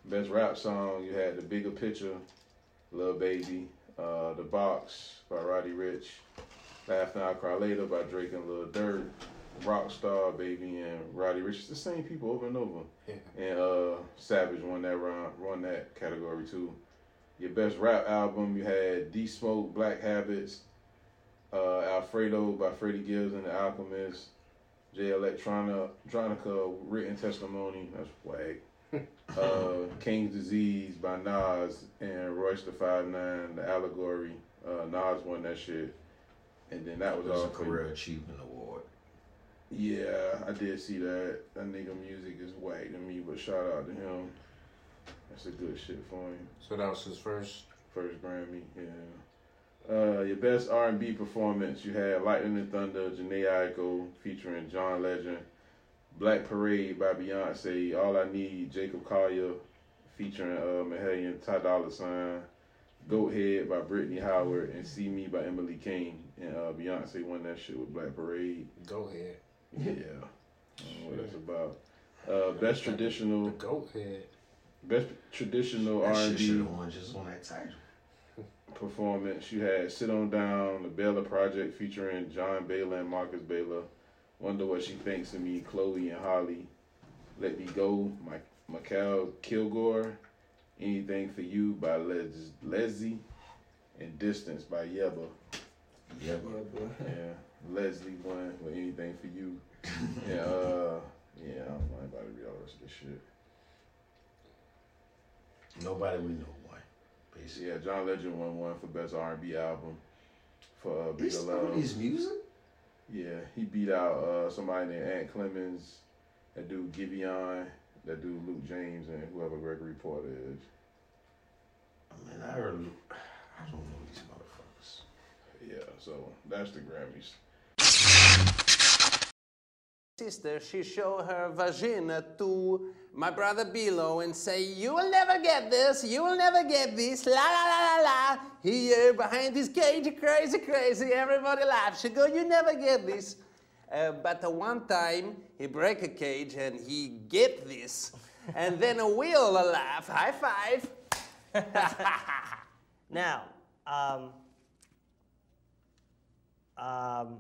Speaker 6: Best rap song, you had The Bigger Picture, Lil Baby. Uh, the Box by Roddy Rich. Laugh Now, Cry Later by Drake and Lil Durk. Rockstar, Baby, and Roddy Rich. It's the same people over and over.
Speaker 7: Yeah.
Speaker 6: And uh, Savage won that round, won that category too. Your best rap album, you had D Smoke, Black Habits, uh, Alfredo by Freddie Gibbs and the Alchemist, J Electronica, Dronica, Written Testimony, that's whack. uh, King's Disease by Nas and Royce the Five Nine, The Allegory. Uh, Nas won that shit, and then that
Speaker 3: It
Speaker 6: was
Speaker 3: was
Speaker 6: all
Speaker 3: a
Speaker 6: for-
Speaker 3: career achievement award.
Speaker 6: yeah, I did see that. That nigga music is whack to me, but shout out to him. That's a good shit for him.
Speaker 7: So that was his first.
Speaker 6: First Grammy, yeah. Uh, your best R and B performance you had Lightning and Thunder, Janae Aiko featuring John Legend, Black Parade by Beyonce, All I Need, Jacob Collier featuring uh, Mahalia, Ty Dolla Sign, Goathead by Brittany Howard, and See Me by Emily King. And uh, Beyonce won that shit with Black Parade.
Speaker 7: Go ahead.
Speaker 6: Yeah. I don't know what that's about. Uh, best
Speaker 7: The
Speaker 6: traditional,
Speaker 7: goat head.
Speaker 6: best traditional
Speaker 3: That
Speaker 6: R
Speaker 3: shit
Speaker 6: and
Speaker 3: should
Speaker 6: B
Speaker 3: have won just on that title.
Speaker 6: performance. You had "Sit On Down," the Bella Project featuring John Baylor and Marcus Baylor. Wonder what she thinks of me, Chloe and Holly. Let me go, my Michael Kilgore. Anything for you by Les- Leslie, and Distance by Yeba.
Speaker 3: Yeah,
Speaker 5: Yeah,
Speaker 3: but
Speaker 5: boy.
Speaker 6: Yeah, Leslie won with anything for you. Yeah, uh, yeah. I don't know about to read all the rest of this shit.
Speaker 3: nobody we know won. Basically,
Speaker 6: Yeah, John Legend won one for best R and B album for uh, Big
Speaker 3: these
Speaker 6: Love.
Speaker 3: his music.
Speaker 6: Yeah, he beat out uh, somebody named Ant Clemens, that dude Giveon, that dude Luke James, and whoever Gregory Porter is.
Speaker 3: I mean, I heard. I don't know these motherfuckers.
Speaker 6: Yeah, so that's the Grammys.
Speaker 4: sister, she show her vagina to my brother Bilo and say, "You will never get this. You will never get this." La la la la la. Here behind this cage, crazy, crazy. Everybody laughs. She go, "You never get this." Uh, but uh, one time he break a cage and he get this, and then a wheel laugh, high five.
Speaker 8: Now, um, um,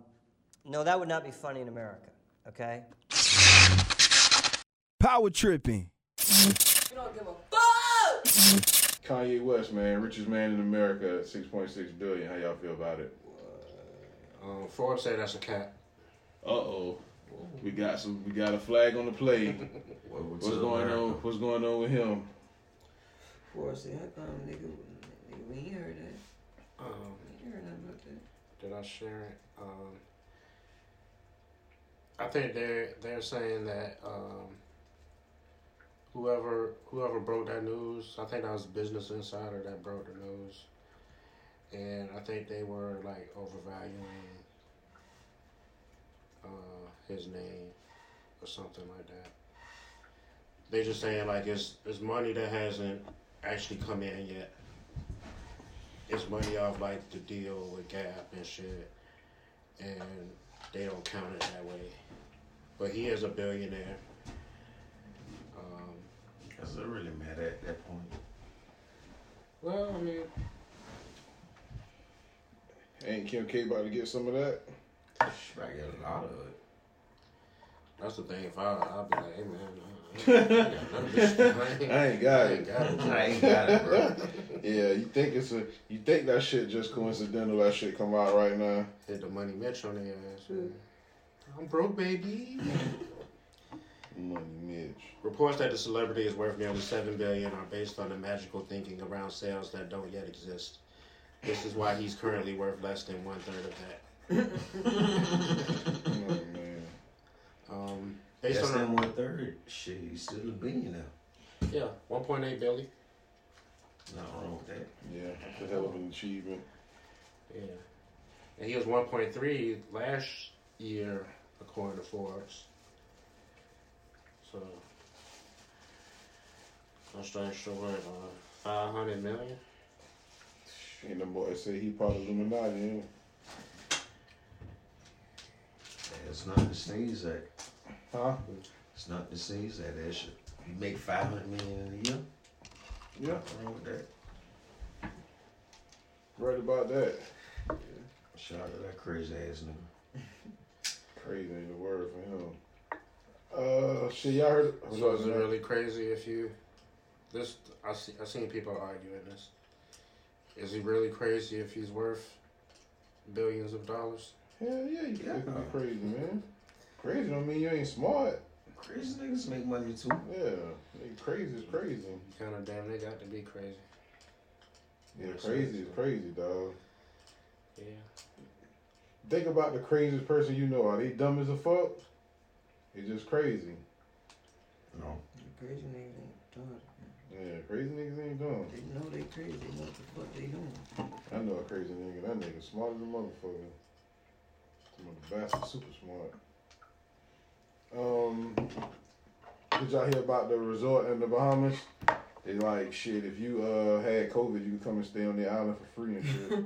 Speaker 8: no, that would not be funny in America, okay?
Speaker 9: Power tripping.
Speaker 6: Kanye West, man, richest man in America, six point six billion. How y'all feel about it?
Speaker 7: Um, Ford said that's a cat.
Speaker 6: Uh oh, we got some. We got a flag on the play.
Speaker 3: Welcome
Speaker 6: What's
Speaker 3: to
Speaker 6: going
Speaker 3: America.
Speaker 6: on? What's going on with him?
Speaker 5: before I said, how come nigga, nigga we ain't heard that?
Speaker 7: Um,
Speaker 5: We ain't heard nothing about that.
Speaker 7: did I share it? Um, I think they're they're saying that um, whoever whoever broke that news, I think that was Business Insider that broke the news, and I think they were like overvaluing uh, his name or something like that. They just saying like it's it's money that hasn't actually come in yet it's money off like the deal with Gap and shit, and they don't count it that way. But he is a billionaire. Um,
Speaker 3: Does it really matter at that point?
Speaker 7: well, I mean,
Speaker 6: Ain't Kim K about to get some of that?
Speaker 3: She probably got a lot of it.
Speaker 7: that's the thing. If I, I'll be like, hey man, I ain't got none of this shit. I ain't-
Speaker 6: I ain't got
Speaker 7: I ain't
Speaker 6: it.
Speaker 7: got it.
Speaker 3: I ain't got it, bro.
Speaker 6: Yeah, you think it's a you think that shit just coincidental that shit come out right now.
Speaker 7: Hit the money Mitch on their ass. man. I'm broke, baby.
Speaker 6: Money Mitch.
Speaker 7: Reports that the celebrity is worth nearly seven billion are based on the magical thinking around sales that don't yet exist. This is why he's currently worth less than one third of that.
Speaker 6: Oh man.
Speaker 7: Um, based
Speaker 3: That's
Speaker 7: on
Speaker 3: then one third. Shit, he's still a billionaire.
Speaker 7: yeah, one point eight billion.
Speaker 3: Nothing wrong with that.
Speaker 6: Yeah, that's a hell of an achievement.
Speaker 7: Yeah, and he was one point three last year, according to Forbes. So I'm starting sure what uh, five hundred million.
Speaker 6: Ain't no boy say he part of Illuminati, ain't
Speaker 3: It's nothing to sneeze at.
Speaker 6: he? Huh?
Speaker 3: It's nothing to sneeze at. That shit. You make five hundred million in a year.
Speaker 6: Yeah.
Speaker 3: Nothing wrong with that.
Speaker 6: Right about that.
Speaker 3: Shout out to that crazy ass nigga.
Speaker 6: Crazy ain't the word for him. Uh shit, y'all heard
Speaker 7: So is it really crazy if you? This I see. I seen people arguing this. Is he really crazy if he's worth billions of dollars?
Speaker 6: Hell yeah, you
Speaker 3: Yeah.
Speaker 6: yeah. be crazy, man. Crazy don't mean you ain't smart.
Speaker 3: Crazy niggas make money too.
Speaker 6: Yeah. nigga, Crazy is crazy.
Speaker 7: Kind of damn, they got to be crazy.
Speaker 6: Yeah, crazy is crazy, dog.
Speaker 7: Yeah.
Speaker 6: Think about the craziest person you know. Are they dumb as a fuck? It's just crazy.
Speaker 3: No.
Speaker 5: Crazy niggas ain't talking.
Speaker 6: Yeah, crazy niggas ain't dumb.
Speaker 5: They know they crazy. They know what the fuck they doing.
Speaker 6: I know a crazy nigga. That nigga smart as a motherfucker. Some of the best, super smart. Um, did y'all hear about the resort in the Bahamas? They like shit. If you uh had COVID, you could come and stay on the island for free and shit.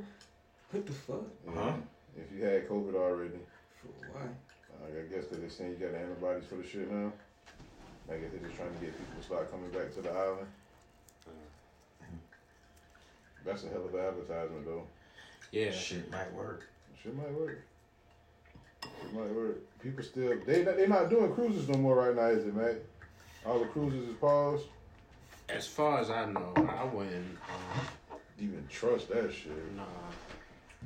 Speaker 5: What the fuck?
Speaker 6: Yeah.
Speaker 3: Huh?
Speaker 6: If you had COVID already,
Speaker 5: For why?
Speaker 6: like, I guess 'cause they saying you got antibodies for the shit now. I guess they're just trying to get people to start coming back to the island. That's a hell of an advertisement, though.
Speaker 7: Yeah.
Speaker 3: Shit might work.
Speaker 6: Shit might work. Shit might work. People still they they not doing cruises no more right now, is it, Mac? All the cruises is paused.
Speaker 7: As far as I know, I wouldn't. Uh,
Speaker 6: Even trust that shit.
Speaker 7: nah.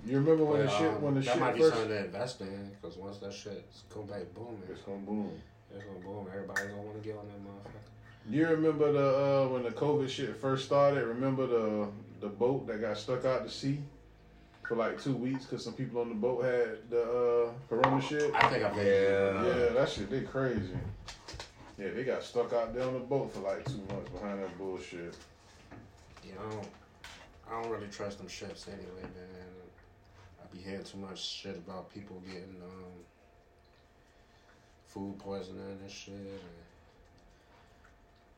Speaker 6: You remember when
Speaker 7: But,
Speaker 6: the shit
Speaker 7: um,
Speaker 6: when the
Speaker 7: that
Speaker 6: shit
Speaker 7: might be
Speaker 6: first
Speaker 7: something to invest in because once that shit's come back booming,
Speaker 6: it's gonna boom.
Speaker 7: it's gonna boom. Everybody's gonna want to get on that motherfucker.
Speaker 6: You remember the uh, when the COVID shit first started? Remember the the boat that got stuck out to sea for like two weeks because some people on the boat had the uh, corona shit.
Speaker 7: I think I played.
Speaker 6: Yeah, that shit they crazy. Yeah, they got stuck out there on the boat for like two months behind that bullshit.
Speaker 7: Yeah. I don't. I don't really trust them ships anyway, man. I be hearing too much shit about people getting um food poisoning and shit. And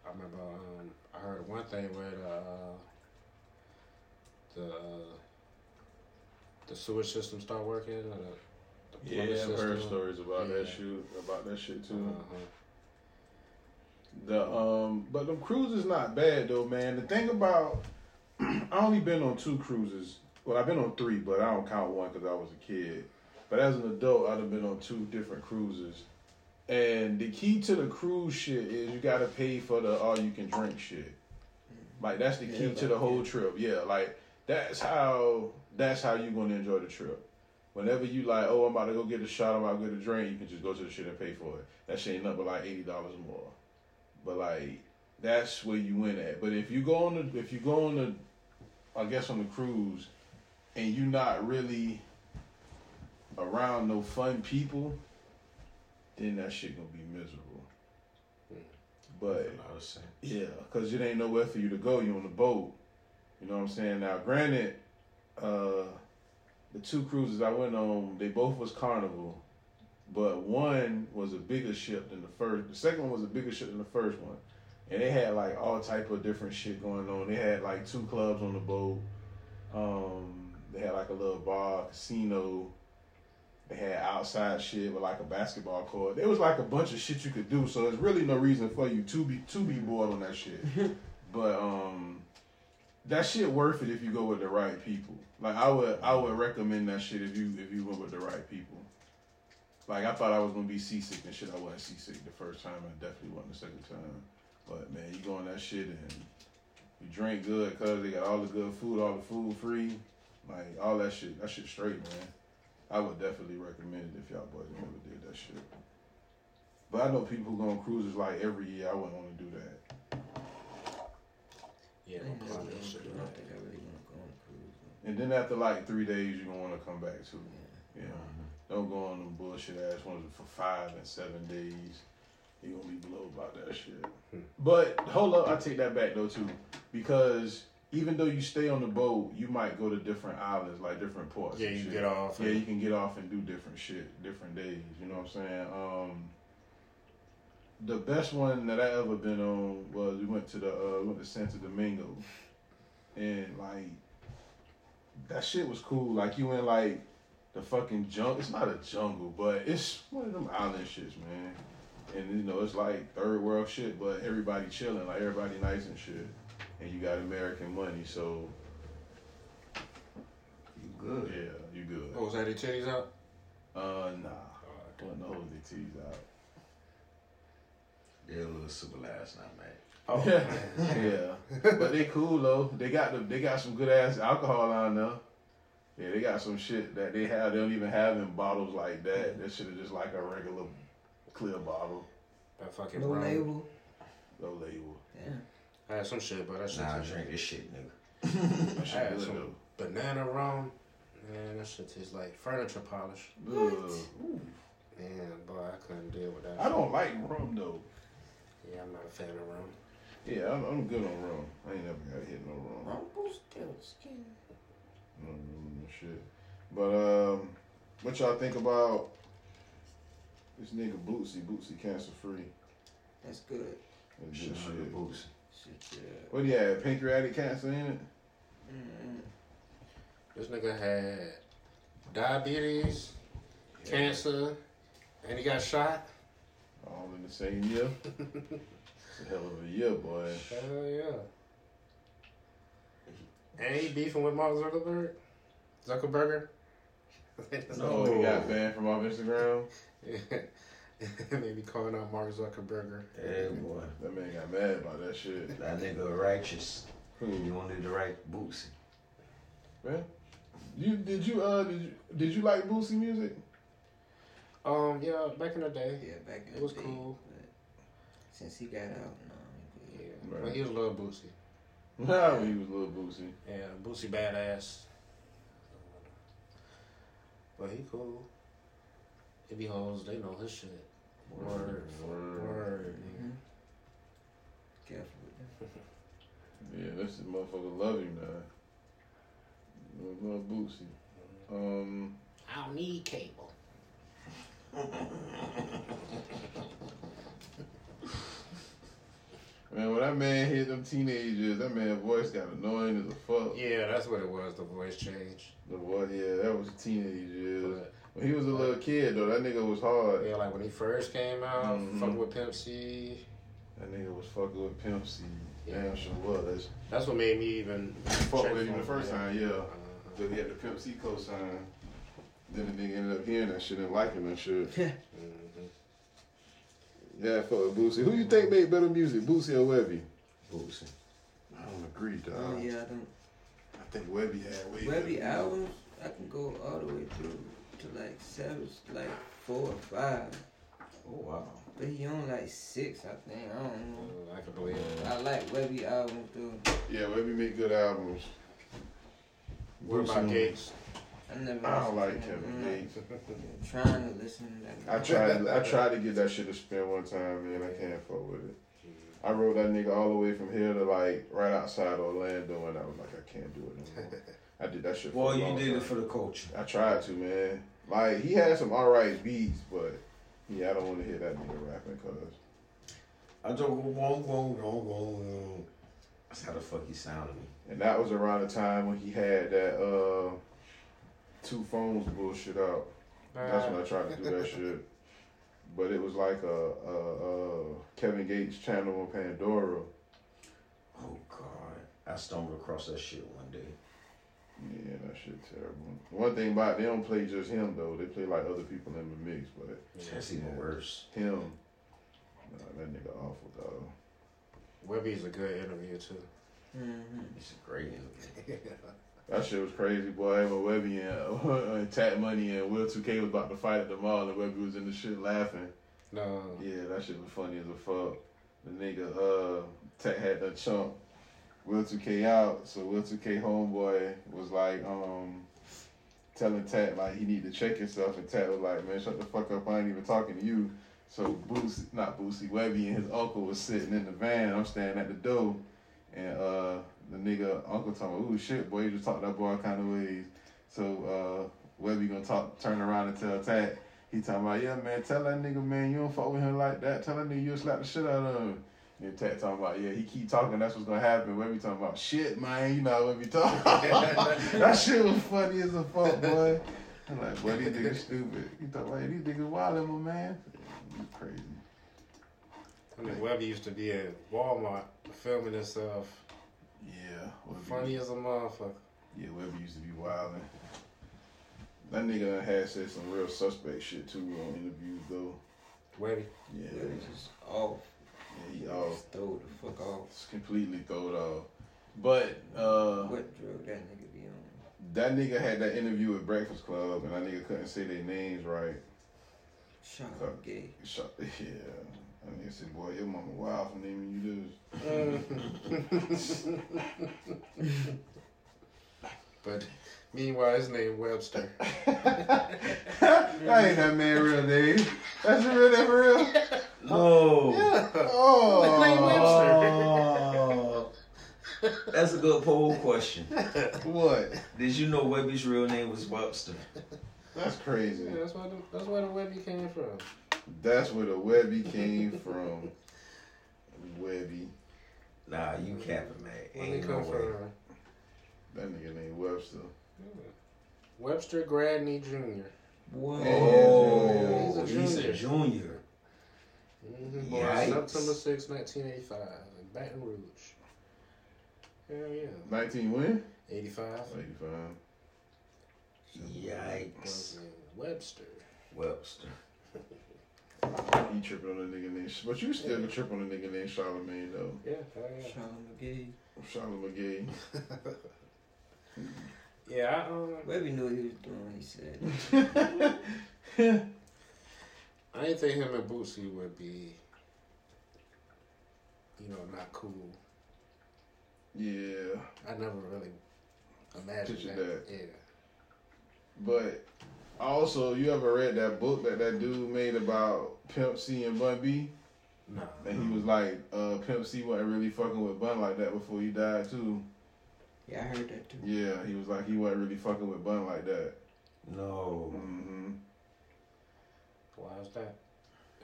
Speaker 7: I remember um I heard one thing where the uh, the uh, the sewage system start working. Or the,
Speaker 6: Yeah,
Speaker 7: plumbing
Speaker 6: I've heard
Speaker 7: system.
Speaker 6: stories about that
Speaker 7: Yeah.
Speaker 6: shit, about that shit too.
Speaker 7: Uh-huh.
Speaker 6: The um, but them cruises not bad though, man. The thing about I only been on two cruises. Well, I've been on three, but I don't count one because I was a kid. But as an adult, I've been on two different cruises. And the key to the cruise shit is you gotta pay for the all you can drink shit. Like that's the key
Speaker 5: Yeah,
Speaker 6: to the whole trip. Yeah, like that's how that's how you gonna enjoy the trip. Whenever you like, oh, I'm about to go get a shot, I'm about to get a drink, you can just go to the shit and pay for it. That shit ain't nothing but like eighty dollars more. But like that's where you win at. But if you go on the if you go on the I guess on the cruise and you not really around no fun people, then that shit gonna be miserable. But
Speaker 3: I was saying.
Speaker 6: yeah, because it ain't nowhere for you to go. You on the boat. You know what I'm saying? Now, granted, uh, the two cruises I went on, they both was Carnival, but one was a bigger ship than the first. The second one was a bigger ship than the first one, and they had like all type of different shit going on. They had like two clubs on the boat. Um, they had like a little bar, casino. They had outside shit with like a basketball court. There was like a bunch of shit you could do, so there's really no reason for you to be to be bored on that shit. but um that shit worth it if you go with the right people. Like I would I would recommend that shit if you if you went with the right people. Like I thought I was gonna be seasick and shit. I wasn't seasick the first time and definitely wasn't the second time. But man, you go on that shit and you drink good cause they got all the good food, all the food free. Like all that shit, that shit straight, man. I would definitely recommend it if y'all boys never did that shit. But I know people who go on cruises like every year. I wouldn't want to do that.
Speaker 7: Yeah,
Speaker 5: I
Speaker 7: my
Speaker 5: don't think I
Speaker 7: partner should do that.
Speaker 5: really want to go on a cruise.
Speaker 6: And then after like three days, you're gonna want to come back too. Yeah.
Speaker 7: Mm-hmm.
Speaker 6: Don't go on them bullshit ass ones for five and seven days. You're gonna be blown by that shit.
Speaker 7: Hmm.
Speaker 6: But hold up, I take that back though too, because even though you stay on the boat, you might go to different islands, like different ports.
Speaker 7: Yeah,
Speaker 6: and
Speaker 7: you
Speaker 6: shit.
Speaker 7: get off
Speaker 6: Yeah,
Speaker 7: and-
Speaker 6: you can get off and do different shit, different days. You know what I'm saying? Um, the best one that I ever been on was we went to the uh, we went to Santo Domingo, and like that shit was cool. Like you in like the fucking jungle. It's not a jungle, but it's one of them island shits, man. And you know it's like third world shit, but everybody chilling, like everybody nice and shit. And you got American money, so
Speaker 5: You good.
Speaker 6: yeah, you good.
Speaker 7: Oh, was that the titties out?
Speaker 6: Uh, nah. Well, no, they tease out.
Speaker 3: They're a little civilized now, man.
Speaker 7: Oh,
Speaker 6: Yeah, yeah. But they cool though. They got the they got some good ass alcohol on there. Yeah, they got some shit that they have. They don't even have in bottles like that. That shit is just like a regular clear bottle,
Speaker 7: that fucking
Speaker 5: No
Speaker 7: brown.
Speaker 5: label.
Speaker 6: no label.
Speaker 5: Damn.
Speaker 7: I had some shit, but that shit.
Speaker 3: Nah, I
Speaker 7: tastes-
Speaker 3: drink this shit, nigga.
Speaker 6: That
Speaker 7: I
Speaker 6: shit
Speaker 7: had
Speaker 6: good
Speaker 7: some banana rum. Man, that shit tastes like furniture polish.
Speaker 6: though. Ugh.
Speaker 7: Man, boy, I couldn't deal with that.
Speaker 6: I don't like rum though.
Speaker 7: Yeah, I'm not a fan of rum.
Speaker 6: Yeah, I'm, I'm good on rum. I ain't never got hit no rum. Mm, shit. But um, what y'all think about this nigga Bootsy? Bootsy cancer free.
Speaker 5: That's good.
Speaker 3: Shit on the boots.
Speaker 5: Shit, yeah. Mm-hmm.
Speaker 6: What do you have? Pancreatic cancer in it?
Speaker 5: Mm-mm.
Speaker 7: This nigga had diabetes, cancer, and he got shot.
Speaker 6: All in the same year. it's a hell of a year, boy.
Speaker 7: Hell yeah. And he beefing with Mark Zuckerberg. Zuckerberger.
Speaker 3: Oh.
Speaker 6: No, Oh, he got banned from off Instagram.
Speaker 7: Maybe calling out Mark Zuckerberger.
Speaker 3: Yeah, boy.
Speaker 6: That man got mad about that shit.
Speaker 3: That nigga righteous. You
Speaker 6: Who?
Speaker 3: wanted the right boots.
Speaker 6: Man, you did you uh did you did you like Bootsy music?
Speaker 7: Um, yeah, back in the day.
Speaker 5: Yeah, back in
Speaker 7: It
Speaker 5: the
Speaker 7: was
Speaker 5: day,
Speaker 7: cool.
Speaker 5: but Since he got out, no, I'm
Speaker 7: Yeah,
Speaker 5: good.
Speaker 6: Right.
Speaker 7: but he was a little boozy.
Speaker 6: Nah, when he was little Bootsy.
Speaker 7: Yeah, Boosie badass. But he cool. He be hoes, they know his shit. Word.
Speaker 6: Word.
Speaker 7: Word.
Speaker 5: Mhm. Careful with them.
Speaker 6: Yeah, that's the motherfucker love him now. Love Bootsy. Um,
Speaker 7: I don't need cable.
Speaker 6: man, when that man hit them teenagers, that man voice got annoying as a fuck.
Speaker 7: Yeah, that's what it was, the voice change.
Speaker 6: The boy, yeah, that was teenage years.
Speaker 7: But,
Speaker 6: When he was a little kid though, that nigga was hard.
Speaker 7: yeah, like when he first came out,
Speaker 6: Mhm.
Speaker 7: fucking with Pimp C.
Speaker 6: That nigga was fucking with Pimp C.
Speaker 7: Yeah.
Speaker 6: Damn sure was.
Speaker 7: That's what made me even
Speaker 6: Fuck
Speaker 7: check
Speaker 6: with him
Speaker 7: for
Speaker 6: the first
Speaker 7: yeah.
Speaker 6: time, yeah.
Speaker 7: Uh,
Speaker 6: Then he had the Pimp C cosign. Then the nigga ended up hearing that shit and liking that shit.
Speaker 7: mhm.
Speaker 6: Yeah, I fuck with Boosie. Who you think made better music, Boosie or Webby?
Speaker 3: Boots.
Speaker 6: I don't agree, dog.
Speaker 5: Oh yeah, I don't.
Speaker 6: I think Webby had way
Speaker 5: Webby
Speaker 6: better music.
Speaker 5: albums, I can go all the way through to like Savage, like four or five.
Speaker 3: Oh wow.
Speaker 5: but he on like six, I think. I don't know.
Speaker 7: Uh, I can believe it.
Speaker 5: I like Webby album too.
Speaker 6: Yeah, Webby make good albums.
Speaker 7: What about Gates?
Speaker 5: I never.
Speaker 6: I
Speaker 5: listened
Speaker 6: don't like
Speaker 5: to
Speaker 6: Kevin
Speaker 5: him.
Speaker 6: Gates.
Speaker 5: I'm trying to listen. To
Speaker 6: I
Speaker 5: that.
Speaker 6: tried. I tried to get that shit to spin one time, man. I can't fuck with it. I rode that nigga all the way from here to like right outside Orlando, and I was like, I can't do it anymore. I did that shit. For
Speaker 3: Well,
Speaker 6: a long
Speaker 3: you did
Speaker 6: time.
Speaker 3: it for the culture.
Speaker 6: I tried to, man. Like he had some alright beats, but yeah, I don't want to hear that nigga rapping, cause
Speaker 3: I don't wrong, wrong, wrong, wrong. That's how the fuck he sounded me.
Speaker 6: and that was around the time when he had that uh two phones bullshit out. That's when I tried to do that shit. But it was like a, a, a Kevin Gates channel on Pandora.
Speaker 3: Oh God, I stumbled across that shit one day.
Speaker 6: Yeah, that shit terrible. One thing about they don't play just him though. They play like other people in the mix, but
Speaker 3: That's even worse.
Speaker 6: him, nah, that nigga awful dog.
Speaker 7: Webby's a good interview too.
Speaker 5: Mm-hmm.
Speaker 3: It's a great interview.
Speaker 6: That shit was crazy, boy. When Webby and, and Tat Money and Will 2K was about to fight at the mall, and Webby was in the shit laughing.
Speaker 7: No.
Speaker 6: Yeah, that shit was funny as a fuck. The nigga, uh, Tat had the chunk. Will 2K out, so Will 2K homeboy was like, um, telling Tat, like, he need to check himself, and Tat was like, man, shut the fuck up, I ain't even talking to you. So Boosie, not Boosie, Webby and his uncle was sitting in the van, I'm standing at the door, and, uh, the nigga, uncle talking, ooh, shit, boy, you just talk that boy kind of ways. So, uh, Webby gonna talk, turn around and tell Tat, he talking about, yeah, man, tell that nigga, man, you don't fuck with him like that. Tell that nigga you'll slap the shit out of him. And Tat talking about, yeah, he keep talking, that's what's gonna happen. Webby talking about, shit, man, you know what we talking That shit was funny as a fuck, boy. I'm like, boy, these niggas stupid. He talking about, yeah, these niggas wildin', my man. You crazy.
Speaker 7: I mean, Webby used to be at Walmart filming himself.
Speaker 6: Yeah. Webby-
Speaker 7: Funny as a motherfucker.
Speaker 6: Yeah, Webby used to be wildin'. That nigga done had said some real suspect shit, too, on interviews, though.
Speaker 7: Webby.
Speaker 6: Yeah,
Speaker 5: Webby just off.
Speaker 6: yeah he off.
Speaker 5: Just throw the fuck off.
Speaker 6: It's completely throwed off. But uh,
Speaker 5: What drug that nigga be on?
Speaker 6: that nigga had that interview with Breakfast Club, and that nigga couldn't say their names right.
Speaker 5: Shot
Speaker 6: Fuck.
Speaker 5: gay.
Speaker 6: Shut- Yeah, that nigga said, "Boy, your mama wild for naming you this."
Speaker 7: But meanwhile, his name Webster.
Speaker 6: that ain't that man real name. That's your real name for real.
Speaker 3: No.
Speaker 6: Oh,
Speaker 3: Oh. That's a good poll question.
Speaker 6: what?
Speaker 3: Did you know Webby's real name was Webster?
Speaker 6: That's crazy.
Speaker 7: Yeah, that's where the, that's where the Webby came from.
Speaker 6: That's where the Webby came from. Webby.
Speaker 3: Nah, you capping, man.
Speaker 7: Where they
Speaker 3: Ain't no
Speaker 7: come
Speaker 3: way.
Speaker 7: from?
Speaker 6: That nigga named Webster.
Speaker 7: Webster Gradney Jr.
Speaker 5: What?
Speaker 3: Oh,
Speaker 7: He's a
Speaker 3: he's a junior.
Speaker 7: Mhm, Born
Speaker 3: Yikes.
Speaker 7: September 6, 1985, in Baton Rouge. Hell yeah.
Speaker 6: Nineteen when?
Speaker 7: 85.
Speaker 6: Eighty-five.
Speaker 3: Yikes.
Speaker 7: was in Webster.
Speaker 3: Webster.
Speaker 6: He tripping on a nigga named, but you still could trip on a nigga named Charlemagne though.
Speaker 7: Yeah, hell yeah.
Speaker 5: Sean McGee.
Speaker 6: Charlamagne McGee.
Speaker 7: Yeah, I, um,
Speaker 5: Webby knew what he was doing. when He said,
Speaker 7: I didn't think him and Boosie would be, you know, not cool.
Speaker 6: Yeah,
Speaker 7: I never really imagined
Speaker 6: Picture
Speaker 7: that.
Speaker 6: that.
Speaker 7: Yeah.
Speaker 6: but also, you ever read that book that that dude made about Pimp C and Bun B?
Speaker 7: Nah.
Speaker 6: And he was like, uh, Pimp C wasn't really fucking with Bun like that before he died too.
Speaker 5: "Yeah, I heard that too."
Speaker 6: Yeah, he was like, he wasn't really fucking with Bun like that.
Speaker 3: No.
Speaker 6: hmm
Speaker 7: Why is that?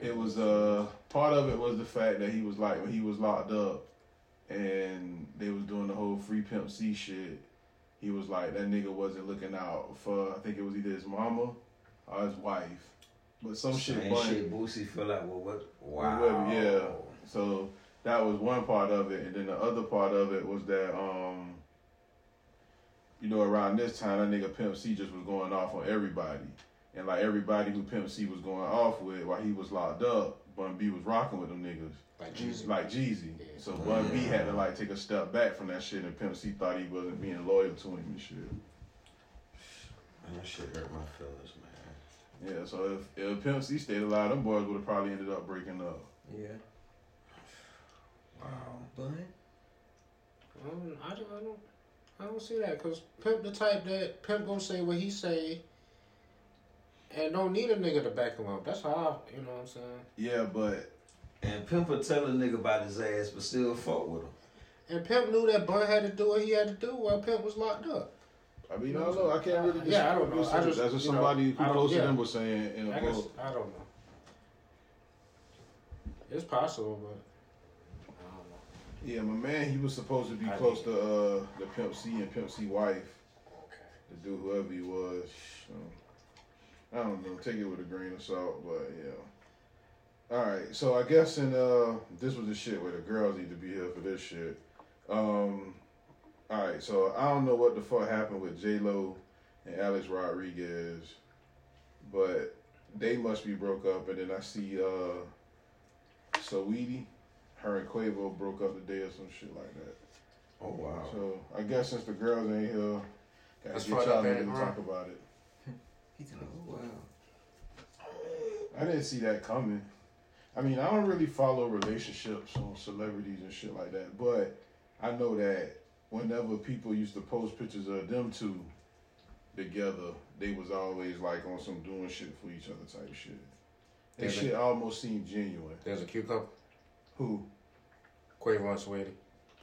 Speaker 6: It was uh part of it was the fact that he was like when he was locked up, and they was doing the whole free Pimp C shit. He was like that nigga wasn't looking out for I think it was either his mama or his wife, but some shit.
Speaker 3: Same
Speaker 6: Bun-
Speaker 3: shit Boosie feel like, well, what? Wow.
Speaker 6: Whoever- yeah. So that was one part of it, and then the other part of it was that um, you know, around this time, that nigga Pimp C just was going off on everybody, and like everybody who Pimp C was going off with while he was locked up, Bun B was rocking with them niggas
Speaker 7: Like Jesus.
Speaker 6: like Jeezy. So Bun B had to like take a step back from that shit, and Pimp C thought he wasn't being loyal to him and shit.
Speaker 3: Man, that shit hurt my feelings, man.
Speaker 6: Yeah, so if, if Pimp C stayed alive, them boys would have probably ended up breaking up.
Speaker 5: Yeah.
Speaker 3: Wow.
Speaker 5: But
Speaker 7: Um, I don't, I don't, I don't see that because pimp the type that pimp gonna say what he say, and don't need a nigga to back him up. That's how I, you know what I'm saying.
Speaker 6: Yeah, but
Speaker 3: And Pimp would tell a nigga about his ass, but still fuck with him.
Speaker 7: And pimp knew that Bun had to do what he had to do while pimp was locked up.
Speaker 6: I mean, I don't know. I can't really.
Speaker 7: Yeah, I don't know.
Speaker 6: disagree.
Speaker 7: I just-
Speaker 6: that's what
Speaker 7: you know,
Speaker 6: somebody
Speaker 7: I
Speaker 6: who
Speaker 7: don't-
Speaker 6: close to
Speaker 7: yeah.
Speaker 6: them was saying in
Speaker 7: I
Speaker 6: a
Speaker 7: guess
Speaker 6: book.
Speaker 7: I don't know. It's possible, but I don't know.
Speaker 6: Yeah, my man, he was supposed to be
Speaker 7: I
Speaker 6: close to uh the Pimp C and Pimp C wife, the dude whoever he was. So, I don't know. Take it with a grain of salt, but yeah. All right, so I guess in uh this was the shit where the girls need to be here for this shit. Um, all right, so I don't know what the fuck happened with J Lo and Alex Rodriguez, but they must be broke up. And then I see uh, Saweetie her and Quavo broke up today or some shit like that.
Speaker 3: Oh wow.
Speaker 6: So I guess since the girls ain't here, gotta
Speaker 7: That's
Speaker 6: get
Speaker 7: fucked
Speaker 6: y'all
Speaker 7: up,
Speaker 6: niggas
Speaker 7: ain't
Speaker 6: to
Speaker 7: it,
Speaker 6: talk about it.
Speaker 5: he said, oh wow.
Speaker 6: I didn't see that coming. I mean, I don't really follow relationships on celebrities and shit like that, but I know that whenever people used to post pictures of them two together, they was always like on some doing shit for each other type shit. That
Speaker 7: Yeah,
Speaker 6: shit almost seemed genuine.
Speaker 7: There's a cute couple,
Speaker 6: Who?
Speaker 7: Quavo and Sweetie.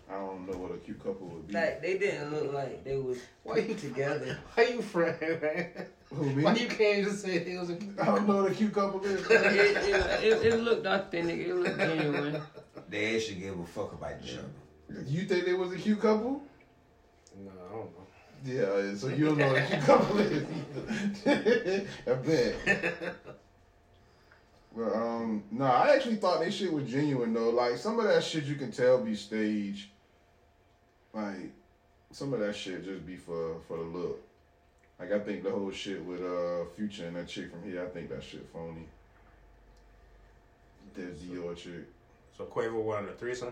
Speaker 6: I don't know what a cute couple would be.
Speaker 5: Like they didn't look like they was
Speaker 7: Why you-
Speaker 5: together.
Speaker 7: Why you friend, man?
Speaker 6: Who me?
Speaker 7: Why you can't just say it was a cute
Speaker 6: I don't know what a cute couple is.
Speaker 5: it, it, it, it looked authentic. It looked genuine.
Speaker 3: They actually gave a fuck about each other.
Speaker 6: You think they was a cute couple?
Speaker 7: No, I don't know.
Speaker 6: Yeah, so you don't know what a cute couple is either. I bet. But um, no, I actually thought they shit was genuine though. Like some of that shit you can tell be staged. Like some of that shit just be for for the look. Like I think the whole shit with uh Future and that chick from here, I think that shit phony. That Dior chick.
Speaker 7: So Quavo wanted a threesome.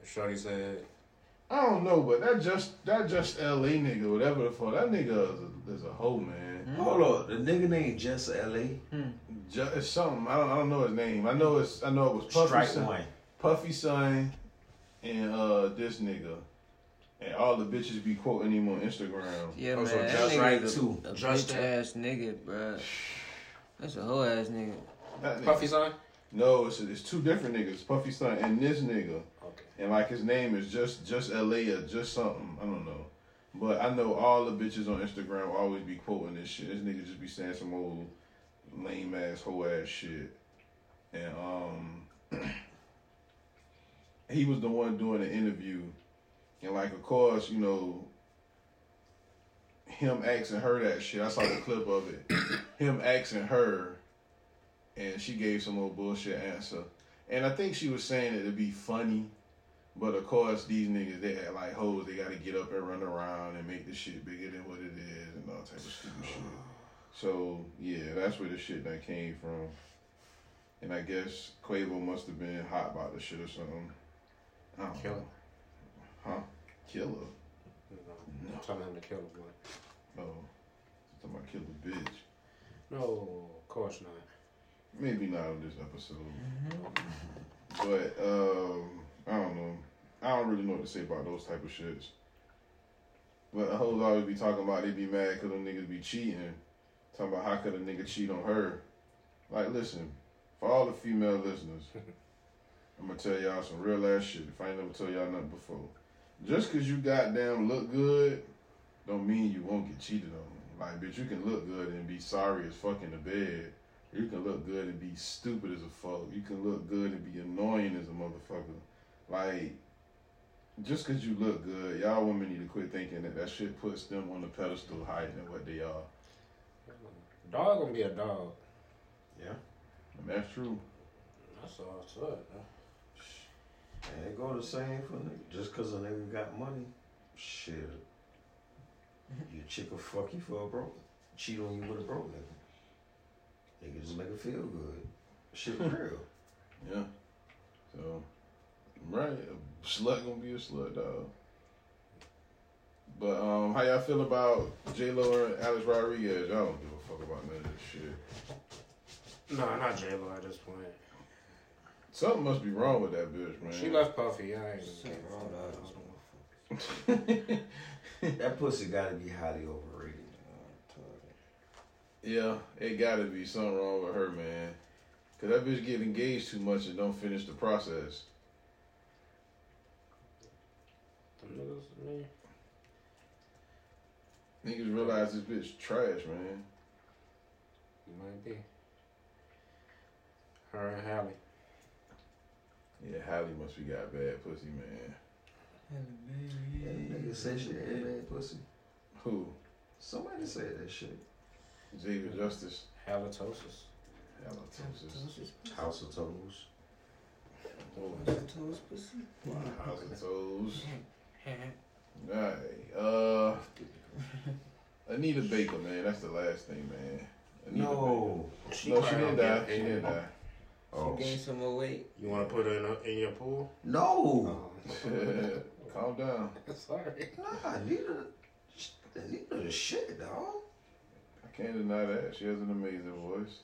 Speaker 7: And Shorty said,
Speaker 6: I don't know, but that just that just L.A. nigga, whatever the fuck. That nigga is a, is a hoe, man.
Speaker 3: Hold on, the nigga named Jess L.A.
Speaker 6: Ju- it's something. I don't, I don't know his name. I know it's. I know it was Puffy
Speaker 3: Strike
Speaker 6: son,
Speaker 3: one.
Speaker 6: Puffy son, and uh this nigga, and all the bitches be quoting him on Instagram.
Speaker 5: Yeah,
Speaker 7: Oh,
Speaker 5: man.
Speaker 7: so
Speaker 5: that
Speaker 7: just
Speaker 5: nigga's
Speaker 3: right,
Speaker 5: a-
Speaker 3: too.
Speaker 5: A
Speaker 7: Just
Speaker 5: bitch
Speaker 7: that.
Speaker 5: ass nigga, bruh. That's a whole ass nigga.
Speaker 6: That nigga-
Speaker 7: "Puffy's on."
Speaker 6: No, it's it's two different niggas. Puffy son and this nigga,
Speaker 7: Okay.
Speaker 6: and like his name is just just La or just something. I don't know. But I know all the bitches on Instagram always be quoting this shit. This nigga just be saying some old lame ass whole ass shit. And um he was the one doing the interview. And like of course, you know, him asking her that shit. I saw the clip of it. Him asking her and she gave some old bullshit answer. And I think she was saying it to be funny. But of course, these niggas they act like hoes. They gotta get up and run around and make the shit bigger than what it is and all type of stupid shit. So yeah, that's where the shit that came from. And I guess Quavo must have been hot about the shit or something. I don't
Speaker 7: Killer.
Speaker 6: know. Huh? Killer.
Speaker 7: No. Tell him to kill him. Boy.
Speaker 6: Oh, talking about killer bitch.
Speaker 7: No, of course not.
Speaker 6: Maybe not on this episode. But um, I don't know. I don't really know what to say about those type of shits. But the hoes always be talking about they be mad because them niggas be cheating. Talking about how could a nigga cheat on her? Like, listen, for all the female listeners, I'm gonna tell y'all some real ass shit. If I ain't never told y'all nothing before, just cause you goddamn look good, don't mean you won't get cheated on. Like, bitch, you can look good and be sorry as fuck in the bed. You can look good and be stupid as a fuck. You can look good and be annoying as a motherfucker. Like, just because you look good, y'all women need to quit thinking that that shit puts them on the pedestal higher than what they are.
Speaker 7: Dog gonna be a dog.
Speaker 3: Yeah.
Speaker 6: And that's true.
Speaker 7: That's all it's up.
Speaker 3: And it go the same for nigga. Just cause a nigga got money, shit. Your chick will fuck you for a broke. Cheat on you with a broke nigga. Nigga just make it feel good. Shit real.
Speaker 6: Yeah. So, right, a slut gonna be a slut, dog. But um, how y'all feel about J Lo and Alex Rodriguez? I don't give a fuck about none of this shit.
Speaker 7: No, not J Lo at this point.
Speaker 6: Something must be wrong with that bitch, man.
Speaker 7: She left Puffy. I ain't
Speaker 5: Shit, wrong with all those motherfuckers.
Speaker 3: That pussy gotta be highly overrated.
Speaker 6: Yeah, it gotta be something wrong with her, man. Cause that bitch get engaged too much and don't finish the process.
Speaker 7: Them niggas, man.
Speaker 6: Niggas realize this bitch trash, man.
Speaker 7: Might be. Her and Halle.
Speaker 6: Yeah, Hallie must be got bad pussy, man.
Speaker 3: That nigga said she had bad pussy.
Speaker 6: Who?
Speaker 3: Somebody said that shit.
Speaker 6: Xavier Justice.
Speaker 7: Halitosis.
Speaker 6: Halitosis.
Speaker 3: House of Toes.
Speaker 6: Oh,
Speaker 5: Toes pussy.
Speaker 6: Halitosis. Alright. Uh Anita Baker, man. That's the last thing, man. Anita
Speaker 3: No.
Speaker 6: Baker. No, she
Speaker 7: probably don't
Speaker 6: didn't die.
Speaker 7: get
Speaker 6: She
Speaker 7: paid.
Speaker 6: didn't die.
Speaker 3: Oh.
Speaker 5: Gain some more weight.
Speaker 7: You want to put her in, a, in your pool?
Speaker 3: No.
Speaker 6: Calm down.
Speaker 5: Oh.
Speaker 7: Sorry.
Speaker 3: Nah, Anita. Anita the shit, dog.
Speaker 6: I can't deny that. She has an amazing voice.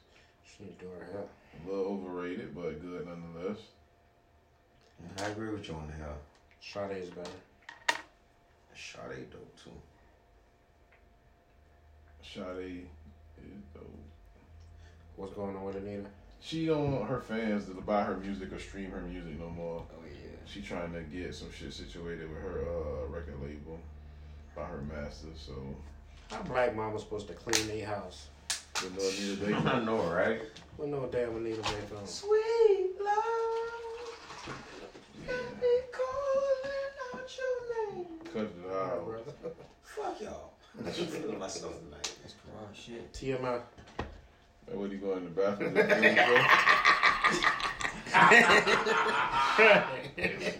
Speaker 7: She didn't do her hair.
Speaker 6: A little overrated, but good nonetheless.
Speaker 3: I agree with you on the hell.
Speaker 7: Sade is better.
Speaker 3: Sade dope too.
Speaker 6: Sade is dope.
Speaker 7: What's going on with Anita?
Speaker 6: She don't want her fans to buy her music or stream her music no more.
Speaker 5: Oh yeah.
Speaker 6: She trying to get some shit situated with her uh, record label by her master. So,
Speaker 7: How black mama's supposed to clean their house
Speaker 6: but no Anita
Speaker 3: I
Speaker 6: Baker.
Speaker 3: know, right?
Speaker 7: with no damn Anita Baker on?
Speaker 3: Sweet love,
Speaker 6: Yeah.
Speaker 3: be calling out your name.
Speaker 6: Cut it out.
Speaker 3: Fuck y'all. I should feel myself tonight.
Speaker 5: That's raw Oh, shit.
Speaker 7: TMI.
Speaker 6: Hey, what you going in the bathroom? to feel yourself? This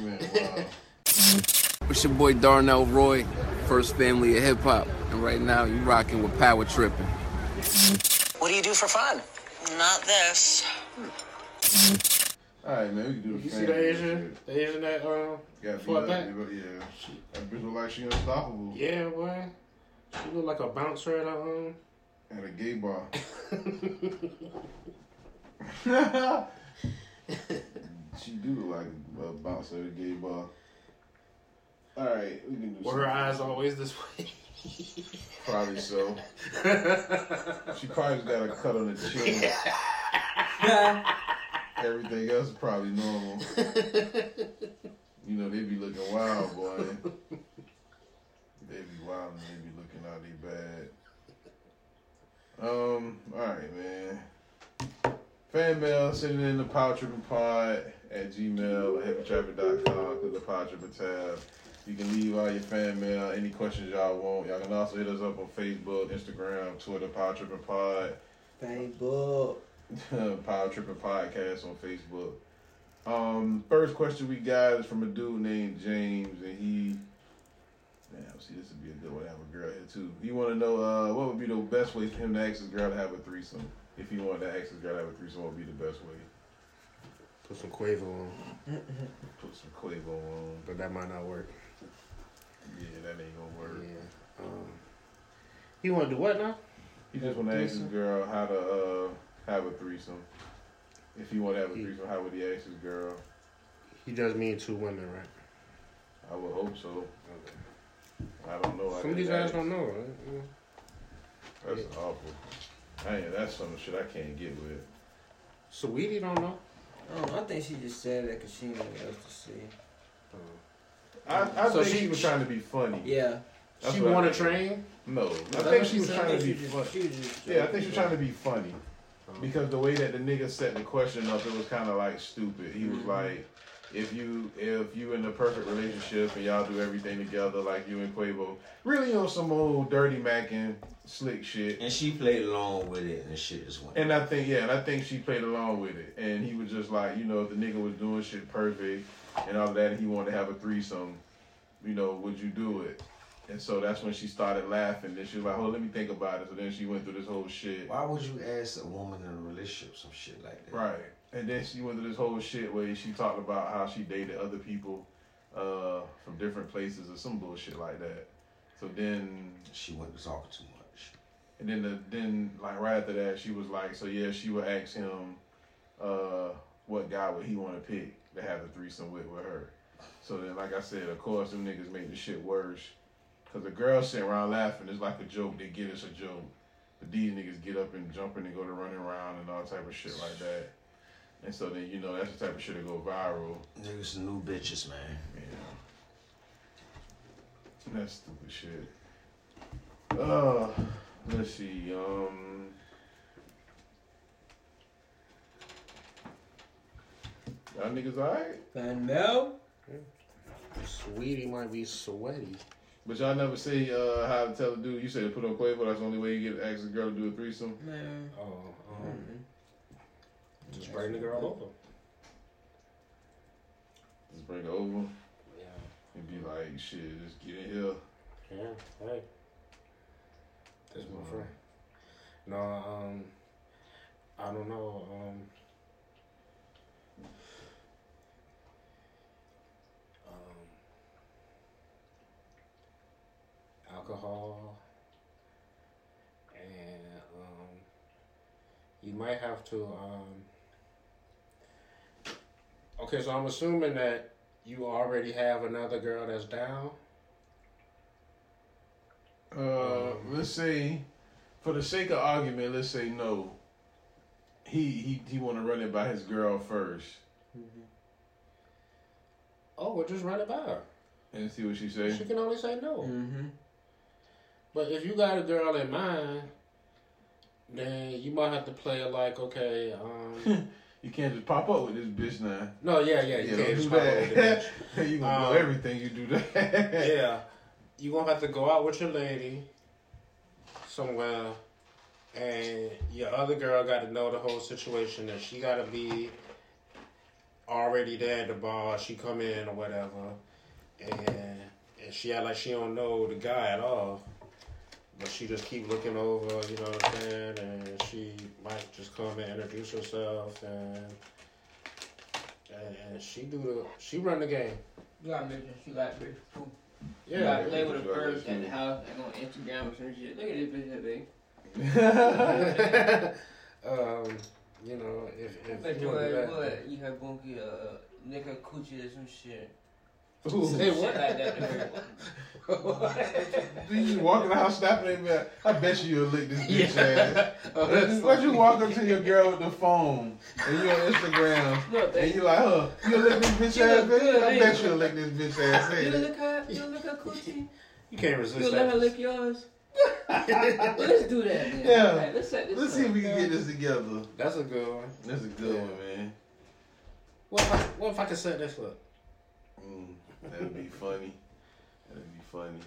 Speaker 6: man, wow.
Speaker 4: It's your boy Darnell Roy, first family of hip hop, and right now you rocking with Power Tripping.
Speaker 9: What do you do for fun? Not this.
Speaker 6: All right, man. We can do the
Speaker 7: You
Speaker 6: fan
Speaker 7: see the
Speaker 6: shit.
Speaker 7: Asian? The Asian that, um,
Speaker 6: Got beat
Speaker 7: Fought
Speaker 6: up,
Speaker 7: back?
Speaker 6: you know, yeah. That bitch look like she unstoppable
Speaker 7: yeah, boy. She look like a bouncer um, at her
Speaker 6: at a gay bar.
Speaker 7: home.
Speaker 6: she do look like a bouncer at a gay bar. All right, we can do.
Speaker 7: Were her eyes
Speaker 6: something.
Speaker 7: always this way?
Speaker 6: Probably so. she probably just got a cut on the chin. Everything else is probably normal. you know they be looking wild, boy. They be wild and they be looking out they bad. Um, all right, man. Fan mail, send it in the Power Tripping Pod at Gmail, happytrapper.com, click the Power Tripping tab. You can leave all your fan mail, any questions y'all want. Y'all can also hit us up on Facebook, Instagram, Twitter, Power Tripping Pod,
Speaker 5: Facebook.
Speaker 6: Power Tripping Podcast on Facebook. Um, first question we got is from a dude named James, and he, damn, see, this would be a good one to have a girl here too. He want to know uh, what would be the best way for him to ask his girl to have a threesome. If he wanted to ask his girl to have a threesome, what would be the best way?
Speaker 7: Put some Quavo on,
Speaker 6: Put some Quavo on.
Speaker 7: but that might not work.
Speaker 6: Yeah, that ain't gonna work.
Speaker 7: Yeah. Um, you want to do what now?
Speaker 6: He just want to ask his
Speaker 7: Threesome?
Speaker 6: girl how to uh, have a threesome. If he want to have a threesome, how would he ask his girl?
Speaker 7: He just mean two women, right?
Speaker 6: I would hope so. I don't know. I
Speaker 7: Some of these
Speaker 6: didn't
Speaker 7: guys
Speaker 6: ask.
Speaker 7: don't know, right? Yeah.
Speaker 6: That's awful. Man, that's some shit I can't get with.
Speaker 7: Sweetie don't know.
Speaker 5: Um, I think she just said that because she ain't got else to say.
Speaker 7: Oh.
Speaker 6: I, I
Speaker 7: So
Speaker 6: think she,
Speaker 7: she-
Speaker 6: was trying to be funny.
Speaker 5: Yeah.
Speaker 6: That's
Speaker 7: she
Speaker 6: what I
Speaker 7: want to
Speaker 6: think.
Speaker 7: train.
Speaker 6: No, I
Speaker 7: that's
Speaker 6: think
Speaker 7: what
Speaker 6: she was
Speaker 7: she
Speaker 6: trying to
Speaker 5: She
Speaker 6: be
Speaker 5: just-
Speaker 6: funny.
Speaker 5: She was just.
Speaker 6: Yeah, I think she was trying to be funny because the way that the nigga set the question up, it was kind of like stupid. He was like, "If you if you in a perfect relationship and y'all do everything together, like you and Quavo, really on some old dirty mackin slick shit."
Speaker 3: And she played along with it, and the shit just went.
Speaker 6: And I think yeah, and I think she played along with it. And he was just like, you know, if the nigga was doing shit perfect and all that, and he wanted to have a threesome, you know, would you do it? And so that's when she started laughing. Then she was like, "Oh, let me think about it." So then she went through this whole shit,
Speaker 3: Why would you ask a woman in a relationship some shit like that?
Speaker 6: right? And then she went through this whole shit where she talked about how she dated other people uh, from different places or some bullshit like that. So then
Speaker 3: She wasn't talking too much.
Speaker 6: And then the, then like right after that, she was like, so yeah, she would ask him, uh, what guy would he want to pick to have a threesome with with her. So then, like I said, of course, them niggas made the shit worse. Cause the girls sit around laughing. It's like a joke. They get it's a joke. But these niggas get up and jumping and go to running around and all type of shit like that. And so then you know that's the type of shit that go viral.
Speaker 3: Niggas some new bitches, man.
Speaker 6: Yeah. That's stupid shit. Uh, let's see. Um, y'all niggas alright?
Speaker 5: Van Mel.
Speaker 7: Sweetie might be sweaty.
Speaker 6: But y'all never say uh, how to tell a dude. You say to put on Quavo. That's the only way you get ask a girl to do a threesome.
Speaker 5: Man.
Speaker 7: Oh,
Speaker 5: Hmm.
Speaker 7: um, just bring the girl over.
Speaker 6: Just bring her over
Speaker 7: Yeah,
Speaker 6: and be like, shit, just get in here.
Speaker 7: yeah, hey. That's my friend. No, um, I don't know. Um, um, alcohol, and um, you might have to. Um, okay, so I'm assuming that you already have another girl that's down.
Speaker 6: Uh, let's say, for the sake of argument, let's say no. He he he want to run it by his girl first
Speaker 7: Oh, well, just run it by her.
Speaker 6: and see what she say.
Speaker 7: She can only say no.
Speaker 5: Mm-hmm.
Speaker 7: But if you got a girl in mind, then you might have to play it like, okay, um,
Speaker 6: You can't just pop up with this bitch now.
Speaker 7: no, yeah, yeah, you
Speaker 6: Yeah,
Speaker 7: can't
Speaker 6: don't do
Speaker 7: just pop over the bitch.
Speaker 6: that. you gonna blow
Speaker 7: Um,
Speaker 6: everything you do that.
Speaker 7: Yeah, you gonna have to go out with your lady somewhere, and your other girl got to know the whole situation that she got to be already there at the bar. She come in or whatever, and and she act like she don't know the guy at all. But she just keep looking over, you know what I'm saying? And she might just come and introduce herself, and and, and she do the she run the game.
Speaker 5: You gotta make sure she got bitch too. You
Speaker 7: Yeah,
Speaker 5: gotta play with
Speaker 6: she got
Speaker 5: her first
Speaker 6: bitch
Speaker 5: at the
Speaker 6: too.
Speaker 5: house and on Instagram or some shit. Look at this bitch, here, babe.
Speaker 7: um, you know, if,
Speaker 5: I
Speaker 7: if
Speaker 5: bet
Speaker 7: you
Speaker 5: you
Speaker 7: wanna do
Speaker 5: had
Speaker 7: that-
Speaker 5: what? You had bunky uh nigga coochie or some shit.
Speaker 7: Say
Speaker 5: Shit
Speaker 7: what?
Speaker 5: like that to her.
Speaker 6: You just walk in the house snapping at me. I bet you you'll lick this bitch ass.
Speaker 7: Oh, that's
Speaker 6: What you walk up to your girl with the phone and you on Instagram
Speaker 5: Look,
Speaker 6: and
Speaker 5: babe.
Speaker 6: you like, huh, you'll lick this bitch
Speaker 5: You
Speaker 6: ass,
Speaker 5: look
Speaker 6: bitch?
Speaker 5: good,
Speaker 6: I
Speaker 5: ain't
Speaker 6: bet
Speaker 5: you?
Speaker 6: you'll lick this bitch ass.
Speaker 5: You
Speaker 6: ain't it?
Speaker 5: look her, you look her coochie.
Speaker 7: you can't
Speaker 5: You
Speaker 7: resist
Speaker 5: let her
Speaker 7: that.
Speaker 5: lick yours. Well, let's do that. Then.
Speaker 6: Yeah.
Speaker 5: All right, let's set this
Speaker 6: Let's
Speaker 5: up.
Speaker 6: see if we can get this together.
Speaker 7: That's a good one.
Speaker 6: That's a good one, man.
Speaker 7: What if I, what if I could set this up?
Speaker 6: Mm, that'd be funny. That'd be funny.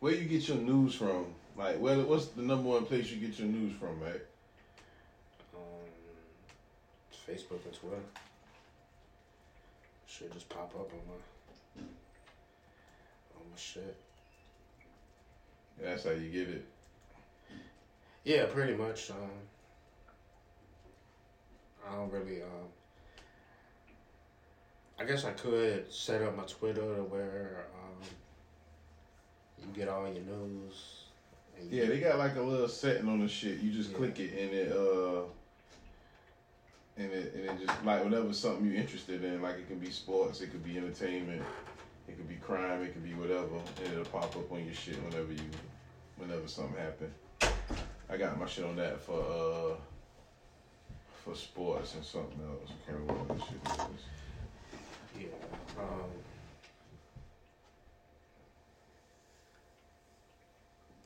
Speaker 6: Where you get your news from? Like, where, what's the number one place you get your news from, right?
Speaker 7: Um, Facebook and Twitter. Should just pop up on my on my shit.
Speaker 6: That's how you get it.
Speaker 7: Yeah, pretty much. Um, I don't really. Um, I guess I could set up my Twitter to where um, you get all your news. and you-
Speaker 6: Yeah, they got like a little setting on the shit. You just
Speaker 7: Yeah.
Speaker 6: click it and it uh and it and it just like whatever something you're interested in, like it can be sports, it could be entertainment, it could be crime, it could be whatever, and it'll pop up on your shit whenever you whenever something happen. I got my shit on that for uh for sports and something else. I can't remember what that shit is.
Speaker 7: Yeah. Um,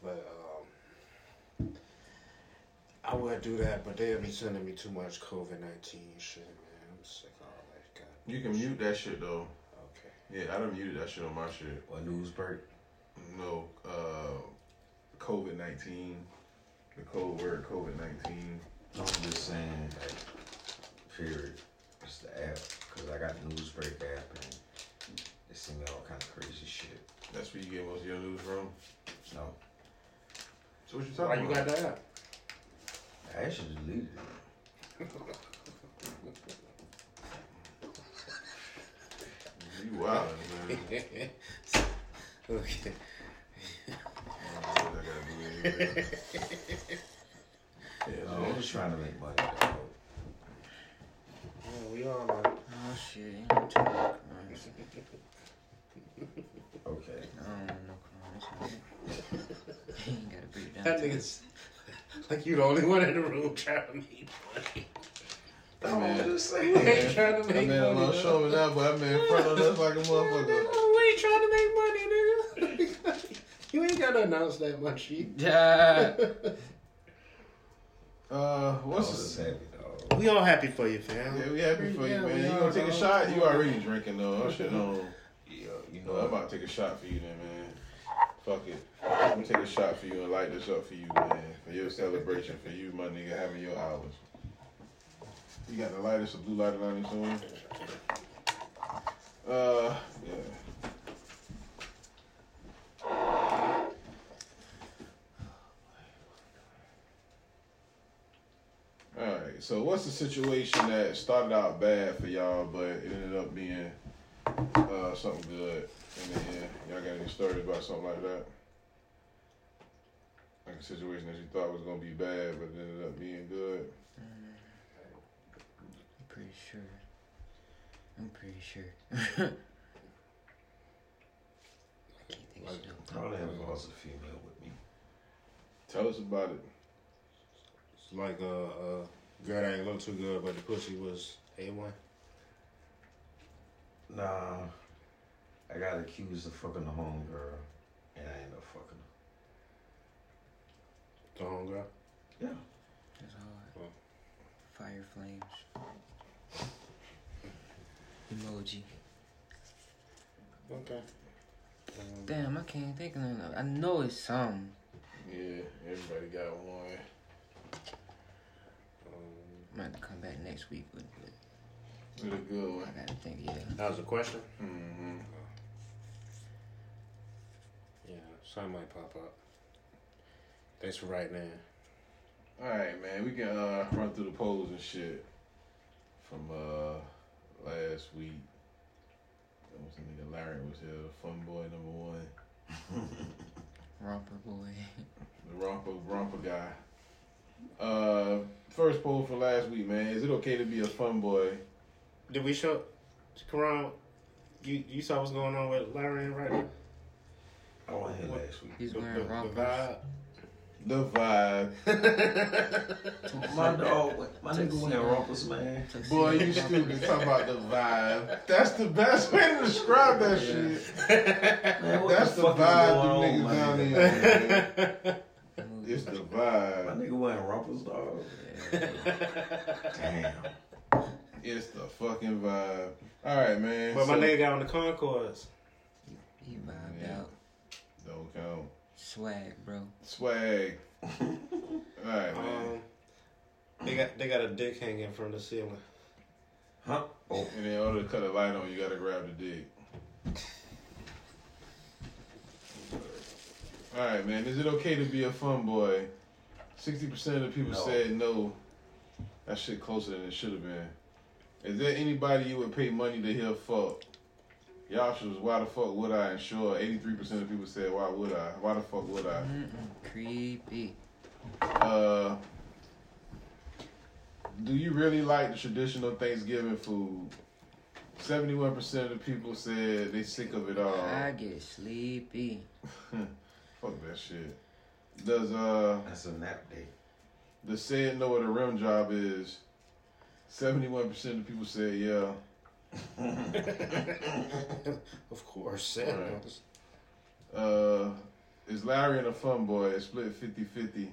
Speaker 7: but um, I would do that, but they'll be sending me too much COVID nineteen shit, man. I'm sick of all that. God.
Speaker 6: You can mute that shit though.
Speaker 7: Okay.
Speaker 6: Yeah, I done muted that shit on my shit.
Speaker 3: Or news break.
Speaker 6: No, uh, COVID nineteen, the code word COVID nineteen.
Speaker 3: No, I'm just saying, like, period. It's the app. Because I got the Newsbreak app and they send me all kind of crazy shit.
Speaker 6: That's where you get most of your news from.
Speaker 3: No.
Speaker 6: So what you
Speaker 7: Why
Speaker 6: talking
Speaker 7: you
Speaker 6: about?
Speaker 7: got that?
Speaker 3: I actually deleted it.
Speaker 6: You wild, man.
Speaker 7: okay.
Speaker 6: I don't know what I gotta do with
Speaker 3: Yeah, I'm just trying to make money. Dog.
Speaker 7: Yeah, we all like,
Speaker 5: Oh shit, ain't no talk, man.
Speaker 3: Okay.
Speaker 5: I don't want no clowns. He ain't gotta break down.
Speaker 7: that
Speaker 5: to us.
Speaker 7: nigga's like you the only one in the room trying to make money.
Speaker 3: I'm just saying.
Speaker 7: You ain't trying to
Speaker 6: That
Speaker 7: make
Speaker 6: man
Speaker 7: money.
Speaker 6: alone
Speaker 7: dog.
Speaker 6: showed me that, but that man in front of us like a motherfucker.
Speaker 7: We ain't trying to make money, nigga. you ain't gotta announce that much, shit.
Speaker 6: Uh, what's
Speaker 3: I'm just
Speaker 6: this?
Speaker 3: happy, dog.
Speaker 7: We all happy for you, fam.
Speaker 6: Yeah, we happy for you,
Speaker 7: Yeah,
Speaker 6: man.
Speaker 7: we
Speaker 6: You
Speaker 7: are,
Speaker 6: gonna take a
Speaker 7: dog.
Speaker 6: shot? You already drinking though. Oh, shit, no.
Speaker 3: Yeah, you
Speaker 6: No, I'm
Speaker 3: know,
Speaker 6: about to take a shot for you, then, man. Fuck it. I'm gonna take a shot for you and light this up for you, man. For your celebration, for you, my nigga, having your hours. You got the lightest of blue light on this one. Uh, yeah. All right. So, what's the situation that started out bad for y'all, but it ended up being uh, something good in the end. Y'all got any stories about something like that? Like a situation that you thought was gonna be bad, but it ended up being good.
Speaker 5: I'm pretty sure. I'm pretty sure. I can't think of shit.
Speaker 3: I probably haven't lost a female with me.
Speaker 6: Tell us about it.
Speaker 7: It's like a, a girl that ain't look too good, but the pussy was a one.
Speaker 3: Nah, I got accused of fucking the homegirl, and I ended up fucking
Speaker 7: The homegirl.
Speaker 3: her. Yeah.
Speaker 5: It's hard. Fire flames. Emoji.
Speaker 7: Okay. Um,
Speaker 5: Damn, I can't think of none. I know it's some.
Speaker 6: Yeah, everybody got one.
Speaker 7: um,
Speaker 5: Might have to come back next week with it.
Speaker 6: It's a good
Speaker 5: I
Speaker 6: one.
Speaker 5: gotta think, yeah.
Speaker 7: That was a question.
Speaker 6: Mm-hmm.
Speaker 7: Yeah, something might pop up. Thanks for writing in.
Speaker 6: All right, man. We can uh, run through the polls and shit from uh, last week. That was the nigga Larry was here. Fun boy number one.
Speaker 5: Romper boy.
Speaker 6: The romper, romper guy. Uh, first poll for last week, man. Is it okay to be a fun boy?
Speaker 7: Did we show Karan? You you saw what's going on with Larry and right now?
Speaker 3: I went here last week.
Speaker 5: He's
Speaker 7: The,
Speaker 5: wearing
Speaker 7: the, the
Speaker 5: rompers.
Speaker 7: vibe.
Speaker 6: The vibe,
Speaker 3: My dog, went- my nigga went in rompers, man.
Speaker 5: Tuxedo
Speaker 6: boy. You
Speaker 5: romper.
Speaker 6: stupid. Talk about the vibe. That's the best way to describe that shit.
Speaker 3: Man, what
Speaker 6: That's the
Speaker 3: fuck is
Speaker 6: vibe,
Speaker 3: going
Speaker 6: them
Speaker 3: on, my
Speaker 6: niggas down
Speaker 3: nigga?
Speaker 6: here. man. It's the
Speaker 3: My
Speaker 6: vibe.
Speaker 3: nigga went in rompers, dog. Damn.
Speaker 6: It's the fucking vibe. All right, man.
Speaker 7: But my
Speaker 6: So-
Speaker 7: nigga got on the Concords.
Speaker 5: He vibed
Speaker 6: Yeah.
Speaker 5: out.
Speaker 6: don't count.
Speaker 5: Swag, bro.
Speaker 6: Swag. All right, man.
Speaker 7: Um, they got they got a dick hanging from the ceiling.
Speaker 3: Huh? Oh,
Speaker 6: And in order to cut a light on, you gotta grab the dick. Alright, man. Is it okay to be a fun boy? 60% of the people
Speaker 3: No.
Speaker 6: said no. That shit closer than it should have been. Is there anybody you would pay money to hear fuck? Y'all should was why the fuck would I? And sure, 83% of people said why would I? Why the fuck would I?
Speaker 5: Mm-mm, creepy.
Speaker 6: Uh, do you really like the traditional Thanksgiving food? Seventy-one percent of the people said they sick of it all.
Speaker 5: I get sleepy.
Speaker 6: Fuck that shit. Does uh
Speaker 3: that's a nap day.
Speaker 6: the said know what a rim job is? Seventy-one percent of the people said yeah.
Speaker 7: Of course.
Speaker 6: Right. Uh, is Larry and a fun boy? It split 50-50.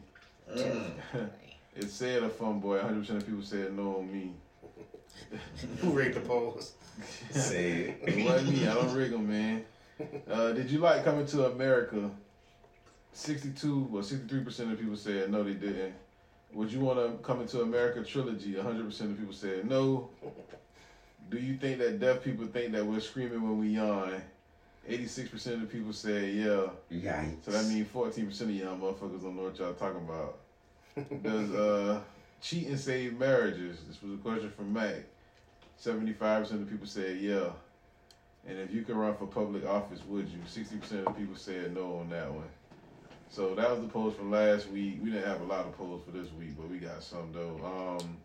Speaker 6: it said a fun boy. One hundred percent of people said no on me.
Speaker 7: Who rigged the polls?
Speaker 3: Say
Speaker 6: It wasn't me. I don't rig 'em, man. Uh, did you like coming to America? Sixty-two or sixty-three percent of people said no, they didn't. Would you want to come into America trilogy? One hundred percent of people said no. Do you think that deaf people think that we're screaming when we yawn? Eighty-six percent of the people said yeah.
Speaker 3: Yikes.
Speaker 6: So that means fourteen percent of y'all motherfuckers don't know what y'all talking about. Does uh cheating save marriages? This was a question from Mac. Seventy-five percent of people said yeah. And if you could run for public office, would you? Sixty percent of people said no on that one. So that was the post from last week. We didn't have a lot of posts for this week, but we got some though. Um,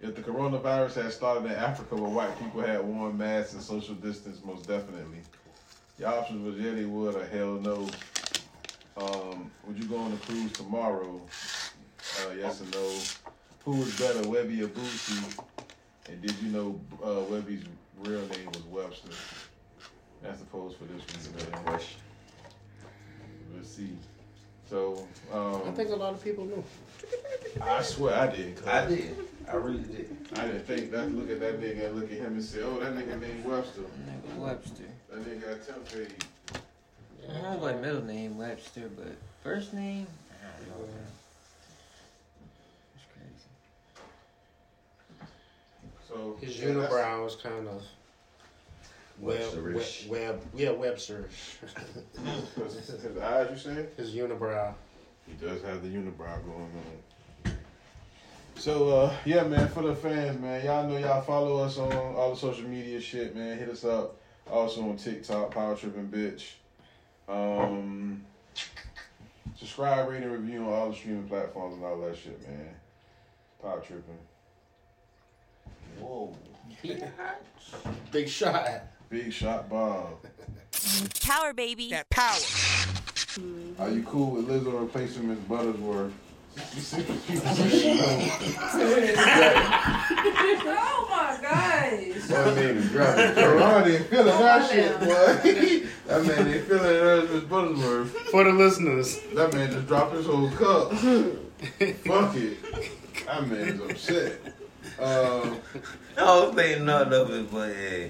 Speaker 6: if the coronavirus had started in Africa where white people had worn masks and social distance, most definitely. Your options was yeah they would or hell no. Um, would you go on a cruise tomorrow? Uh, yes or no. Who was better, Webby or Boosie? And did you know uh, Webby's real name was Webster? That's the post for this week. man.
Speaker 3: Question.
Speaker 6: Let's see. So, um,
Speaker 7: I think a lot of people knew.
Speaker 6: I swear I did. cuz.
Speaker 3: I did. I really did.
Speaker 6: I didn't think that. Look at that nigga. and Look at him and say, "Oh, that nigga named Webster.
Speaker 5: Nigga Webster.
Speaker 6: That nigga got temp paid."
Speaker 5: I don't like middle name Webster, but first name, I don't know. man. That's crazy.
Speaker 6: So
Speaker 7: His
Speaker 6: yeah, that's-
Speaker 7: unibrow was kind of web, web,
Speaker 3: Webster-ish.
Speaker 7: web, yeah, Webster.
Speaker 6: His eyes, you saying?
Speaker 7: His unibrow.
Speaker 6: He does have the unibrow going on. So uh, yeah, man, for the fans, man, y'all know y'all follow us on all the social media shit, man. Hit us up. Also on TikTok, Power Tripping Bitch. Um, subscribe, rate, and review on all the streaming platforms and all that shit, man. Power Tripping.
Speaker 3: Whoa.
Speaker 7: Big shot.
Speaker 6: Big shot Bob.
Speaker 10: Power baby.
Speaker 9: That power.
Speaker 6: Are you cool with Lizzo replacing Miss Buttersworth? You see what people say?
Speaker 10: Oh my gosh. Oh,
Speaker 6: That man is dropping. Ron ain't feeling that shit, boy. that man ain't feeling that Miss Buttersworth.
Speaker 7: For the listeners.
Speaker 6: That man just dropped his whole cup. Fuck it. That man's upset. Um,
Speaker 5: I was thinking none of it, but yeah.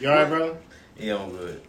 Speaker 7: You alright, brother?
Speaker 5: Yeah, I'm good.